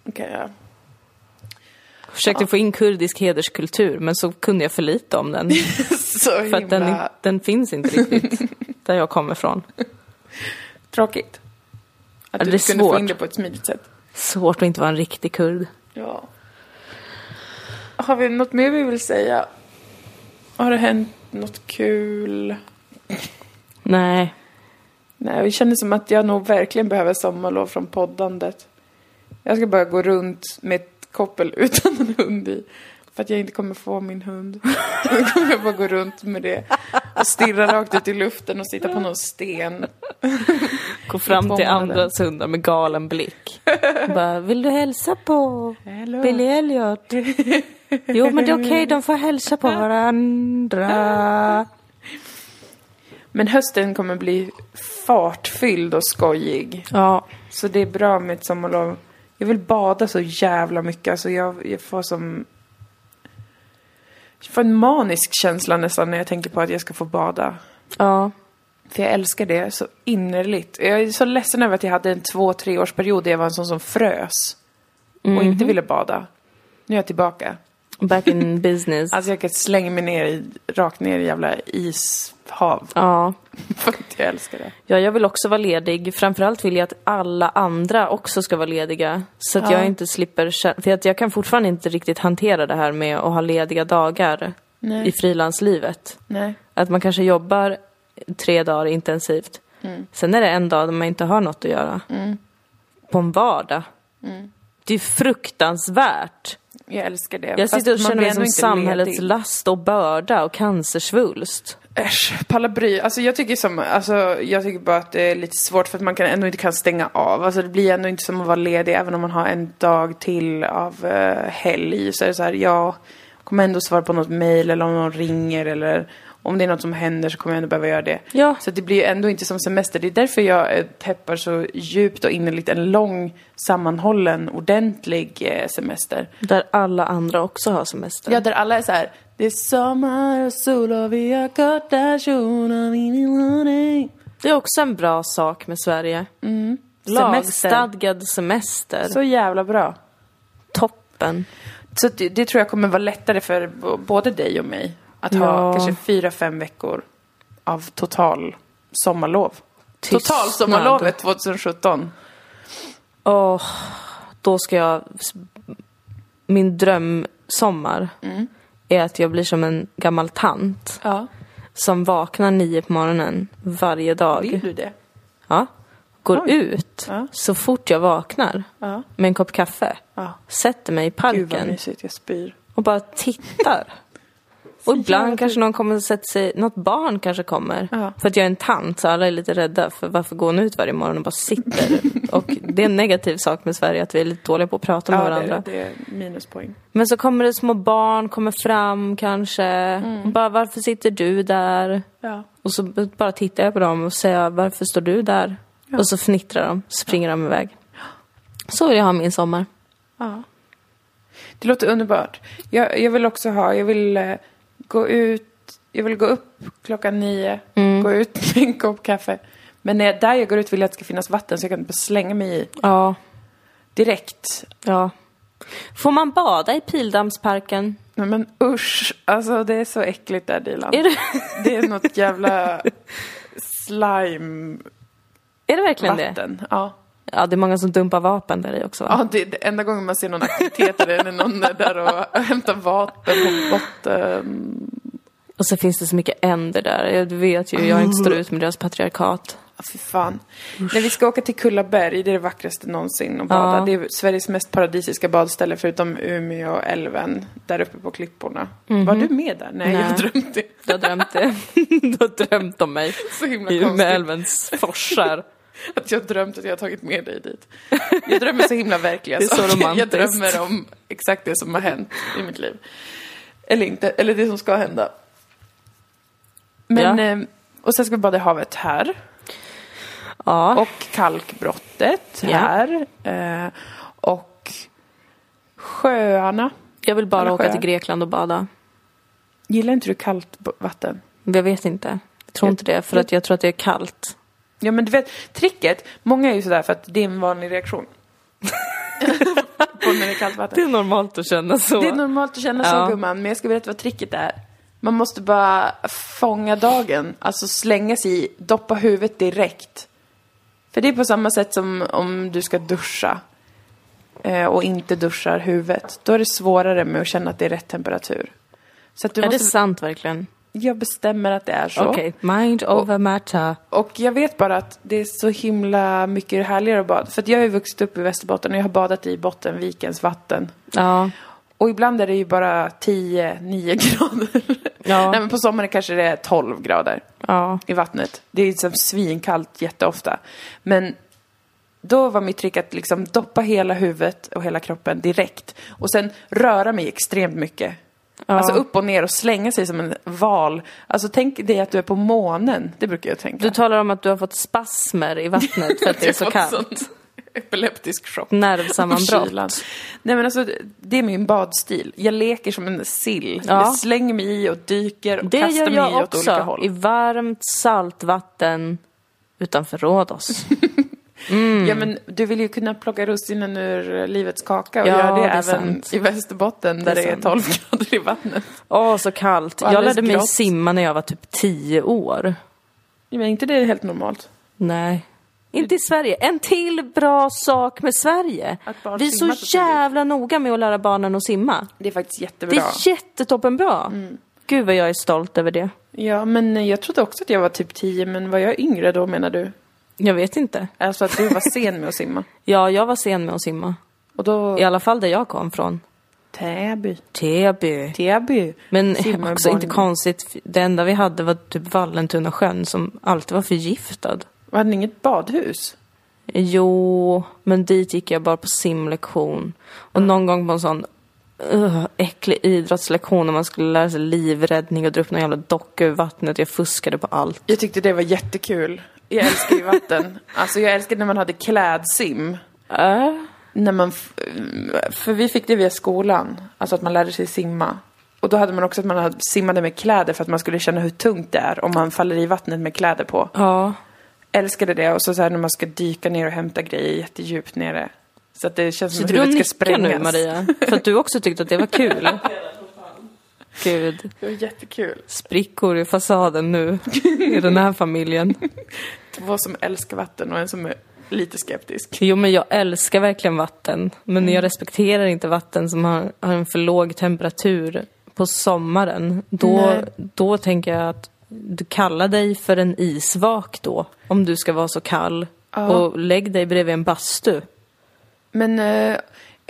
Speaker 1: Okej, ja.
Speaker 2: Försökte få in kurdisk hederskultur men så kunde jag för lite om den.
Speaker 1: Så
Speaker 2: För att den,
Speaker 1: himla
Speaker 2: in- den finns inte riktigt där jag kommer ifrån.
Speaker 1: tråkigt. Att
Speaker 2: Ja,
Speaker 1: du
Speaker 2: det är
Speaker 1: kunde få
Speaker 2: svårt.
Speaker 1: in det på ett smidigt sätt.
Speaker 2: Svårt att inte vara en riktig kurd.
Speaker 1: Ja. Har vi något mer vi vill säga? Har det hänt något kul?
Speaker 2: Nej.
Speaker 1: Nej, det känner som att jag nog verkligen behöver sommarlov från poddandet. Jag ska bara gå runt med ett koppel utan en hund i. För att jag inte kommer få min hund. Då kommer jag bara gå runt med det. Och stirra rakt ut i luften och sitta på någon sten.
Speaker 2: Gå fram till
Speaker 1: Fångade.
Speaker 2: andras hundar med galen blick. Bara, vill du hälsa på
Speaker 1: Hello.
Speaker 2: Billy Elliot? Jo men det är okej, de får hälsa på varandra.
Speaker 1: Men hösten kommer bli fartfylld och skojig.
Speaker 2: Ja.
Speaker 1: Så det är bra med ett sommarlov. Jag vill bada så jävla mycket. Alltså jag, jag får som... Jag får en manisk känsla nästan när jag tänker på att jag ska få bada.
Speaker 2: Ja.
Speaker 1: För jag älskar det så innerligt. Jag är så ledsen över att jag hade en två, tre års period där jag var en sån som frös. Och
Speaker 2: Mhm.
Speaker 1: inte ville bada. Nu är jag tillbaka.
Speaker 2: Back in business.
Speaker 1: Alltså jag kan slänga mig ner i, rakt ner i jävla ishav.
Speaker 2: Ja.
Speaker 1: För att jag älskar det.
Speaker 2: ja, jag vill också vara ledig. Framförallt vill jag att alla andra också ska vara lediga. Så att
Speaker 1: Ja.
Speaker 2: jag inte slipper kä- För att jag kan fortfarande inte riktigt hantera det här med att ha lediga dagar
Speaker 1: Nej.
Speaker 2: i frilanslivet.
Speaker 1: Nej.
Speaker 2: Att man kanske jobbar tre dagar intensivt.
Speaker 1: Mm.
Speaker 2: Sen är det en dag då man inte har något att göra. På en vardag.
Speaker 1: Mm.
Speaker 2: Det är fruktansvärt.
Speaker 1: Jag älskar det.
Speaker 2: Jag
Speaker 1: Fast
Speaker 2: sitter och
Speaker 1: man
Speaker 2: känner
Speaker 1: blir
Speaker 2: mig
Speaker 1: ändå
Speaker 2: som
Speaker 1: inte
Speaker 2: samhällets
Speaker 1: ledig.
Speaker 2: last och börda och cancersvulst.
Speaker 1: Äsch, palla bry. Alltså jag tycker som, alltså jag tycker bara att det är lite svårt för att man kan ändå inte kan stänga av. Alltså det blir ändå inte som att vara ledig även om man har en dag till av uh, helg. Så är det så här, jag kommer ändå svara på något mail eller om någon ringer eller om det är något som händer så kommer jag ändå behöva göra det.
Speaker 2: Ja.
Speaker 1: Så det blir ju ändå inte som semester. Det är därför jag eh, peppar så djupt och innerligt en lång, sammanhållen, ordentlig eh, semester.
Speaker 2: Där alla andra också har semester.
Speaker 1: Ja, där alla är så här. Det är sommar och sol och vi har korta kjolar, vi vill ha dig.
Speaker 2: Det är också en bra sak med Sverige.
Speaker 1: Mm.
Speaker 2: Lagstadgad semester.
Speaker 1: Så jävla bra.
Speaker 2: Toppen.
Speaker 1: Så det, det tror jag kommer vara lättare för b- både dig och mig. Att ha
Speaker 2: Ja.
Speaker 1: kanske fyra, fem veckor av total sommarlov.
Speaker 2: Tystnad.
Speaker 1: Total sommarlovet 2017.
Speaker 2: Åh, då ska jag... Min drömsommar
Speaker 1: Mm.
Speaker 2: är att jag blir som en gammal tant
Speaker 1: Ja.
Speaker 2: som vaknar nio på morgonen varje dag.
Speaker 1: Vill du det?
Speaker 2: Ja. Går
Speaker 1: Oj.
Speaker 2: ut
Speaker 1: Ja.
Speaker 2: så fort jag vaknar
Speaker 1: Ja.
Speaker 2: med en kopp kaffe.
Speaker 1: Ja.
Speaker 2: Sätter mig i
Speaker 1: Gud vad
Speaker 2: parken
Speaker 1: mysigt, jag spyr.
Speaker 2: och bara tittar. Och
Speaker 1: jävla
Speaker 2: ibland kanske någon kommer och sätter sig, något barn kanske kommer.
Speaker 1: Ja.
Speaker 2: För att jag är en tant så alla är lite rädda för varför går hon ut varje morgon och bara sitter? och det är en negativ sak med Sverige att vi är lite dåliga på att prata med
Speaker 1: Ja, det,
Speaker 2: varandra.
Speaker 1: är- det är minuspoäng.
Speaker 2: Men så kommer det små barn, kommer fram kanske.
Speaker 1: Mm.
Speaker 2: Och bara varför sitter du där?
Speaker 1: Ja.
Speaker 2: Och så b- bara tittar jag på dem och säger varför står du där? Och så fnittrar de, springer de iväg. Så vill jag ha min sommar.
Speaker 1: Det låter underbart. Jag, jag vill också ha, jag vill eh, gå ut, jag vill gå upp klockan nio,
Speaker 2: Mm.
Speaker 1: gå ut med en kopp kaffe. Men när jag, där jag går ut vill jag att det ska finnas vatten så jag kan bara slänga mig i
Speaker 2: Ja,
Speaker 1: direkt.
Speaker 2: ja. Får man bada i Pildammsparken?
Speaker 1: Nej, Men usch, alltså det är så äckligt där Dilan.
Speaker 2: Är det,
Speaker 1: Det är något jävla slime
Speaker 2: är det verkligen det?
Speaker 1: vatten. Ja.
Speaker 2: Ja, det är många som dumpar vapen där i också. Va?
Speaker 1: Ja, det, det enda gången man ser någon aktivitet är det när någon är där och hämtar vapen på botten.
Speaker 2: Och så finns det så mycket änder där. Jag vet ju, jag inte står ut med deras patriarkat.
Speaker 1: Ja, Fy fan. När vi ska åka till Kullaberg, det är det vackraste någonsin att bada.
Speaker 2: Ja.
Speaker 1: Det är Sveriges mest paradisiska badställe förutom Umeå och älven, där uppe på klipporna. Var du med där? Nej,
Speaker 2: Mhm. Nej.
Speaker 1: jag drömde.
Speaker 2: Du har drömt det. Du har drömt om mig.
Speaker 1: Så himla
Speaker 2: I
Speaker 1: konstigt.
Speaker 2: Umeälvens forsar.
Speaker 1: Att jag drömt att jag har tagit med dig dit. Jag drömmer så himla verkliga
Speaker 2: Det är så
Speaker 1: saker. Jag
Speaker 2: romantiskt.
Speaker 1: drömmer om exakt det som har hänt i mitt liv. Eller inte, eller det som ska hända. Men,
Speaker 2: Ja.
Speaker 1: eh, och sen ska vi bada i havet här.
Speaker 2: Ja.
Speaker 1: Och kalkbrottet
Speaker 2: Ja.
Speaker 1: här. Eh, och sjöarna.
Speaker 2: jag vill bara
Speaker 1: Alla
Speaker 2: åka
Speaker 1: sjöar.
Speaker 2: till Grekland och bada.
Speaker 1: Gillar inte du kallt b- vatten?
Speaker 2: Men Jag vet inte. Jag tror inte det, för att jag tror att det är kallt.
Speaker 1: Ja men du vet, tricket, många är ju sådär för att det är en vanlig reaktion. På när det är kallt vatten.
Speaker 2: är normalt att känna så.
Speaker 1: Det är normalt att känna
Speaker 2: Ja.
Speaker 1: så gumman, men jag ska berätta vad tricket är. Man måste bara fånga dagen, alltså slänga sig i, doppa huvudet direkt. För det är på samma sätt som om du ska duscha eh, och inte duschar huvudet. Då är det svårare med att känna att det är rätt temperatur. Så att du
Speaker 2: är det
Speaker 1: måste...
Speaker 2: sant verkligen?
Speaker 1: Jag bestämmer att det är så.
Speaker 2: Okej, mind over matter.
Speaker 1: Och jag vet bara att det är så himla mycket härligare att bada. För att jag har ju vuxit upp i Västerbotten och jag har badat i Bottenvikens vatten.
Speaker 2: Ja.
Speaker 1: Och ibland är det ju bara 10-9 grader.
Speaker 2: Ja.
Speaker 1: Nej men på sommaren kanske det är 12 grader
Speaker 2: Ja.
Speaker 1: i vattnet. Det är ju liksom svinkallt jätteofta. Men då var mitt trick att liksom doppa hela huvudet och hela kroppen direkt. Och sen röra mig extremt mycket. Alltså upp och ner och slänga sig som en val. Alltså tänk dig att du är på månen. Det brukar jag tänka.
Speaker 2: Du talar om att du har fått spasmer i vattnet för att det är så
Speaker 1: Jag har fått
Speaker 2: kallt.
Speaker 1: sån Epileptisk chock. Och kylan.
Speaker 2: Nervsammanbrott.
Speaker 1: Mm, Nej men alltså, det är min badstil. Jag leker som en sill.
Speaker 2: Ja.
Speaker 1: Jag slänger mig i och dyker och
Speaker 2: Det
Speaker 1: kastar
Speaker 2: gör
Speaker 1: mig i
Speaker 2: jag
Speaker 1: åt olika
Speaker 2: också.
Speaker 1: håll.
Speaker 2: I varmt saltvatten utanför Rhodos.
Speaker 1: Ja men du vill ju kunna plocka russinen ur livets kaka och
Speaker 2: Ja,
Speaker 1: göra det,
Speaker 2: det är
Speaker 1: även
Speaker 2: sant.
Speaker 1: i Västerbotten där
Speaker 2: Det
Speaker 1: det
Speaker 2: är
Speaker 1: är
Speaker 2: sant.
Speaker 1: 12 grader i vattnet.
Speaker 2: Åh, så kallt.
Speaker 1: Och
Speaker 2: Jag
Speaker 1: alldeles
Speaker 2: lärde mig
Speaker 1: grått.
Speaker 2: simma när jag var typ tio år.
Speaker 1: Ja, men inte det är helt normalt.
Speaker 2: Nej. Inte i Sverige. En till bra sak med Sverige.
Speaker 1: Att barn
Speaker 2: Vi är
Speaker 1: simmar så
Speaker 2: så
Speaker 1: tidigt.
Speaker 2: jävla noga med att lära barnen att simma.
Speaker 1: Det är faktiskt jättebra.
Speaker 2: Det är jättetoppenbra.
Speaker 1: Mm.
Speaker 2: Gud vad jag är stolt över det.
Speaker 1: Ja men eh, jag trodde också att jag var typ 10 men var jag yngre då menar du?
Speaker 2: Jag vet inte.
Speaker 1: Alltså att du var sen med att simma.
Speaker 2: Ja, jag var sen med att simma.
Speaker 1: Och då...
Speaker 2: I alla fall där jag kom från.
Speaker 1: Täby.
Speaker 2: Täby.
Speaker 1: Täby.
Speaker 2: Men
Speaker 1: Simmar
Speaker 2: också
Speaker 1: barn
Speaker 2: inte
Speaker 1: i.
Speaker 2: konstigt. Det enda vi hade var typ Vallentuna sjön som alltid var förgiftad.
Speaker 1: Och hade ni inget badhus?
Speaker 2: Jo, men dit gick jag bara på simlektion. Och någon gång på en sån uh, äcklig idrottslektion när man skulle lära sig livräddning och dra upp någon jävla docka ur vattnet. Jag fuskade på allt.
Speaker 1: Jag tyckte det var jättekul. Jag älskar ju vatten. Alltså jag älskar när man hade klädsim.
Speaker 2: Äh?
Speaker 1: När man, f- för vi fick det via skolan, alltså att man lärde sig simma. Och då hade man också att man hade- simmade med kläder för att man skulle känna hur tungt det är om man faller i vattnet med kläder på.
Speaker 2: Ja.
Speaker 1: Älskade det. Och så, så här när man ska dyka ner och hämta grejer jättedjupt nere. Så att det känns
Speaker 2: Så
Speaker 1: som att
Speaker 2: du
Speaker 1: huvudet ska
Speaker 2: nickar
Speaker 1: sprängas.
Speaker 2: nu Maria, för att du också tyckte att det var kul. Gud,
Speaker 1: Det var jättekul.
Speaker 2: sprickor i fasaden nu, i den här familjen.
Speaker 1: Två som älskar vatten och en som är lite skeptisk.
Speaker 2: Jo men jag älskar verkligen vatten, men jag respekterar inte vatten som har, har en för låg temperatur på sommaren. Då,
Speaker 1: Nej.
Speaker 2: då tänker jag att du kallar dig för en isvak då, om du ska vara så kall. Och lägg dig bredvid en bastu.
Speaker 1: Men eh,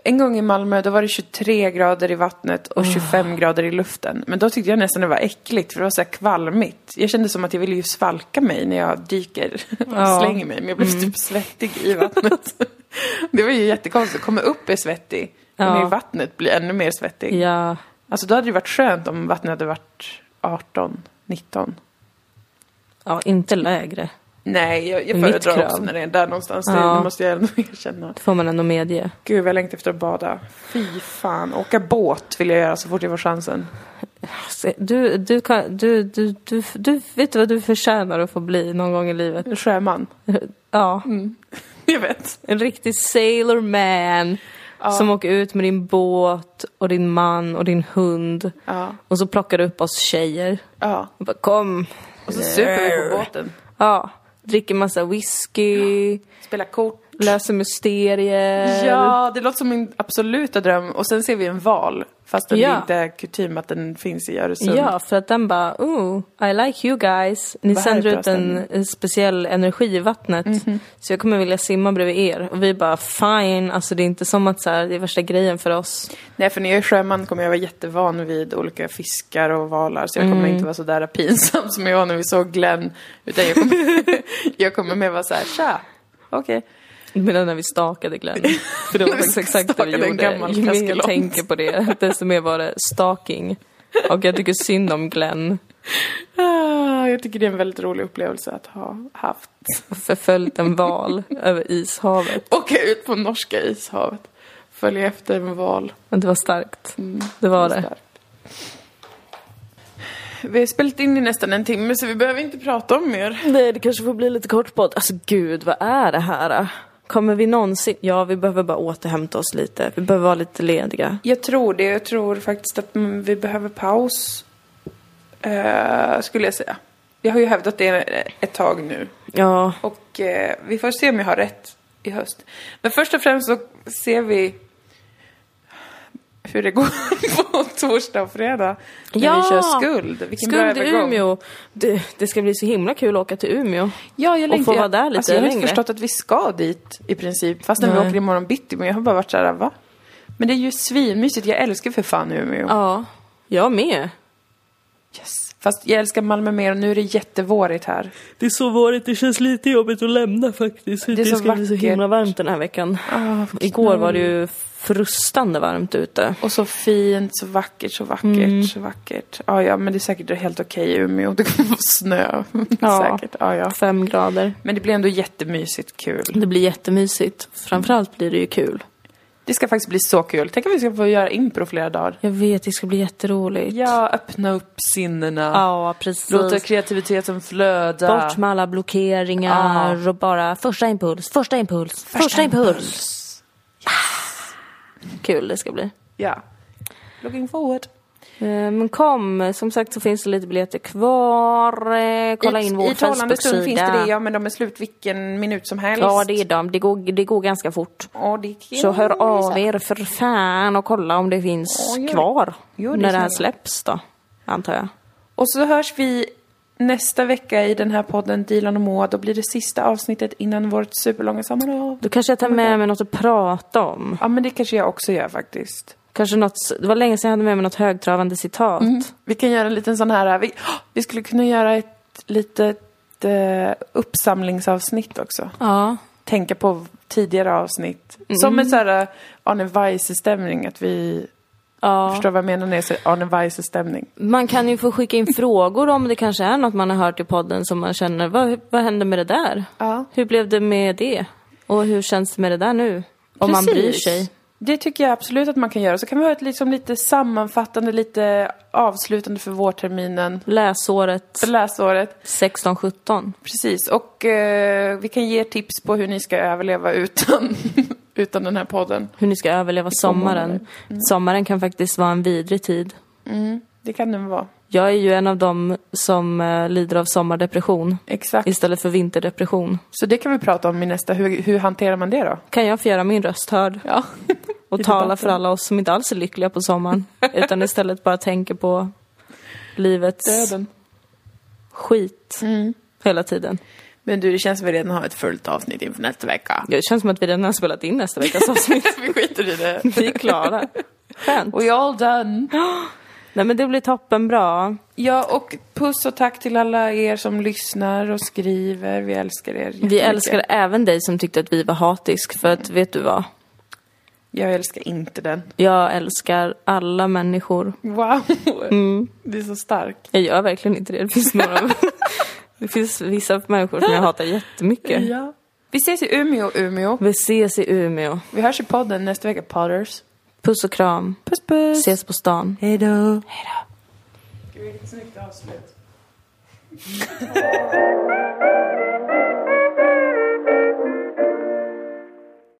Speaker 1: en gång i Malmö, då var det 23 grader i vattnet och 25 grader i luften. Men då tyckte jag nästan det var äckligt, för det var så här kvalmigt. Jag kände som att jag ville ju svalka mig när jag dyker och
Speaker 2: Ja. Mm.
Speaker 1: slänger mig. Men jag blev typ svettig i vattnet. det var ju jättekonstigt. Komma upp är svettig,
Speaker 2: Ja.
Speaker 1: men i vattnet blir ännu mer svettig.
Speaker 2: Ja,
Speaker 1: Alltså då hade det varit skönt om vattnet hade varit 18, 19.
Speaker 2: ja inte lägre.
Speaker 1: Nej, jag, jag
Speaker 2: Mitt
Speaker 1: föredrar också
Speaker 2: krav.
Speaker 1: när det är där någonstans.
Speaker 2: Ja.
Speaker 1: Det måste jag ändå erkänna.
Speaker 2: Det får man ändå medge.
Speaker 1: Gud, vad jag längtar efter att bada. Fy fan. Åka båt vill jag göra så fort jag får chansen.
Speaker 2: Se, Du, du, kan, du, du, du, du, vet du vad du förtjänar att få bli någon gång i livet?
Speaker 1: En sjöman.
Speaker 2: Ja,
Speaker 1: Jag vet.
Speaker 2: en riktig sailor man som åker ut med din båt och din man och din hund
Speaker 1: Ja.
Speaker 2: och så plockar du upp oss tjejer.
Speaker 1: Ja.
Speaker 2: Och bara, kom!
Speaker 1: Och så super vi på båten.
Speaker 2: Ja, dricker massa whisky,
Speaker 1: Spela kort.
Speaker 2: Löser mysterier.
Speaker 1: Ja, det låter som min absoluta dröm. Och sen ser vi en val. Fast det
Speaker 2: Ja.
Speaker 1: är inte kutym att den finns i Öresund.
Speaker 2: Ja, för att den bara, oh, I like you guys. Ni
Speaker 1: Vad
Speaker 2: sänder
Speaker 1: härligt
Speaker 2: ut
Speaker 1: bra
Speaker 2: en
Speaker 1: stämning.
Speaker 2: en speciell energi i vattnet. Så jag kommer vilja simma bredvid er. Och vi bara, fine, alltså det är inte som att så här, det är värsta grejen för oss.
Speaker 1: Nej, för när jag är sjöman kommer jag vara jättevan vid olika fiskar och valar. Så jag kommer inte vara så där pinsam som jag var när vi såg Glenn. Utan jag kommer, jag kommer mer vara så här, tja, okej.
Speaker 2: Medan när vi stakade Glenn. För det var
Speaker 1: När vi
Speaker 2: faktiskt exakt det vi
Speaker 1: stakade en
Speaker 2: gjorde.
Speaker 1: gammal
Speaker 2: Ju mer jag
Speaker 1: kaskelot.
Speaker 2: tänker på det, desto mer var det staking. Och jag tycker synd om Glenn.
Speaker 1: Ah, jag tycker det är en väldigt rolig upplevelse att ha haft.
Speaker 2: Förföljt en val över ishavet.
Speaker 1: Åka ut på norska ishavet. Följa efter en val.
Speaker 2: Men det var starkt. Mm. Det var det.
Speaker 1: Starkt. Vi har spelat in i nästan en timme så vi behöver inte prata om mer.
Speaker 2: Nej, det kanske får bli lite kort podd. Alltså gud, vad är det här? äh? Kommer vi någonsin... Ja, vi behöver bara återhämta oss lite. Vi behöver vara lite lediga.
Speaker 1: Jag tror det. Jag tror faktiskt att mm, vi behöver paus. Eh, skulle jag säga. Jag har ju hävdat det ett tag nu.
Speaker 2: Ja,
Speaker 1: Och eh, vi får se om jag har rätt i höst. Men först och främst så ser vi hur det går på torsdag och fredag. När
Speaker 2: Ja!
Speaker 1: vi kör skuld. Vilken bra
Speaker 2: Skuld i
Speaker 1: övergång.
Speaker 2: Umeå. Det, det ska bli så himla kul att åka till Umeå.
Speaker 1: Ja, jag
Speaker 2: Och
Speaker 1: längtar.
Speaker 2: få vara där lite
Speaker 1: alltså, jag har
Speaker 2: längre.
Speaker 1: inte förstått att vi ska dit i princip. Fastän vi
Speaker 2: Nej.
Speaker 1: åker imorgon bitti. Men jag har bara varit såhär, va? Men det är ju svinmysigt. Jag älskar för fan Umeå.
Speaker 2: Ja, jag med.
Speaker 1: Yes. Fast jag älskar Malmö mer och nu är det jättevårigt här.
Speaker 2: Det är så vårigt, det känns lite jobbigt att lämna faktiskt. Det,
Speaker 1: är så
Speaker 2: ska bli så
Speaker 1: vackert.
Speaker 2: himla varmt den här veckan.
Speaker 1: Ah,
Speaker 2: Igår var det ju frustande varmt ute.
Speaker 1: Och så fint, så vackert, så vackert,
Speaker 2: Mm.
Speaker 1: så vackert. Ja, ja, men det är säkert helt okej i Umeå. Det kommer vara snö.
Speaker 2: Ja.
Speaker 1: säkert. Ja, ja.
Speaker 2: Fem grader.
Speaker 1: Men det blir ändå jättemysigt kul.
Speaker 2: Det blir jättemysigt. Framförallt blir det ju kul.
Speaker 1: Det ska faktiskt bli så kul. Tänk om vi ska få göra impro flera dagar.
Speaker 2: Jag vet, det ska bli jätteroligt.
Speaker 1: Ja, öppna upp sinnena.
Speaker 2: Ja, precis.
Speaker 1: Låta kreativiteten flöda.
Speaker 2: Bort med alla blockeringar och bara första impuls, första impuls, första, impuls. Kul det ska bli.
Speaker 1: Ja. Looking forward.
Speaker 2: Eh, Men kom, som sagt så finns det lite biljetter kvar. Eh, Kolla in vår
Speaker 1: I talande stund finns det det,
Speaker 2: Facebook-sida.
Speaker 1: ja, men de är slut vilken minut som helst.
Speaker 2: Ja, det är de. Det går, det går ganska fort.
Speaker 1: Ja, det är
Speaker 2: Så hör av er för fan och kolla om det finns
Speaker 1: Ja, gör det.
Speaker 2: kvar.
Speaker 1: Gör det,
Speaker 2: när det här
Speaker 1: snälla.
Speaker 2: släpps då, antar jag.
Speaker 1: Och så hörs vi nästa vecka i den här podden Dilan och Moa. Då blir det sista avsnittet innan vårt superlånga sommarlov.
Speaker 2: Då kanske jag tar med mig något att prata om.
Speaker 1: Ja, men det kanske jag också gör faktiskt.
Speaker 2: Kanske något, det var länge sedan jag hade med mig något högtravande citat.
Speaker 1: Vi kan göra en liten sån här... Vi, vi skulle kunna göra ett litet eh, uppsamlingsavsnitt också.
Speaker 2: Ja.
Speaker 1: Tänka på tidigare avsnitt. Som
Speaker 2: Mm.
Speaker 1: en sån här eh, Arne Weise-stämning. Att vi
Speaker 2: ja.
Speaker 1: förstår vad jag menar när jag säger Arne Weise-stämning.
Speaker 2: Man kan ju få skicka in frågor om det kanske är något man har hört i podden som man känner, vad, vad hände med det där?
Speaker 1: Ja.
Speaker 2: Hur blev det med det? Och hur känns det med det där nu? Om man bryr sig.
Speaker 1: Det tycker jag absolut att man kan göra. Så kan vi ha ett liksom lite sammanfattande, lite avslutande för vårterminen.
Speaker 2: Läsåret
Speaker 1: för läsåret.
Speaker 2: 16-17.
Speaker 1: Precis, och eh, vi kan ge er tips på hur ni ska överleva utan, utan den här podden.
Speaker 2: Hur ni ska överleva sommaren. Sommaren kan faktiskt vara en vidrig tid.
Speaker 1: Det kan den vara.
Speaker 2: Jag är ju en av dem som eh, lider av sommardepression
Speaker 1: Exakt.
Speaker 2: istället för vinterdepression.
Speaker 1: Så det kan vi prata om i nästa. Hur, hur hanterar man det då?
Speaker 2: Kan jag få göra min röst hörd?
Speaker 1: Ja.
Speaker 2: Och tala för alla oss som inte alls är lyckliga på sommaren. utan istället bara tänker på livets
Speaker 1: Döden.
Speaker 2: skit hela tiden.
Speaker 1: Men du, det känns som vi redan har ett fullt avsnitt inför nästa vecka.
Speaker 2: Ja, Det känns som att vi redan har spelat in nästa veckas avsnitt.
Speaker 1: vi skiter i det.
Speaker 2: Vi är klara. Skönt.
Speaker 1: We all done.
Speaker 2: Nej men det blir toppen bra.
Speaker 1: Ja, och puss och tack till alla er som lyssnar och skriver. Vi älskar er
Speaker 2: Vi
Speaker 1: jättemycket.
Speaker 2: älskar även dig som tyckte att vi var hatisk för att vet du vad?
Speaker 1: Jag älskar inte den.
Speaker 2: Jag älskar alla människor.
Speaker 1: Wow! Mm. Det är så starkt.
Speaker 2: Jag gör verkligen inte det. Det finns några. det finns vissa människor som jag hatar jättemycket.
Speaker 1: Ja. Vi ses i Umeå, Umeå.
Speaker 2: Vi ses i Umeå.
Speaker 1: Vi hörs i podden nästa vecka, Potters.
Speaker 2: Puss och kram.
Speaker 1: Puss puss!
Speaker 2: Ses på stan.
Speaker 1: Vilket snyggt avslut.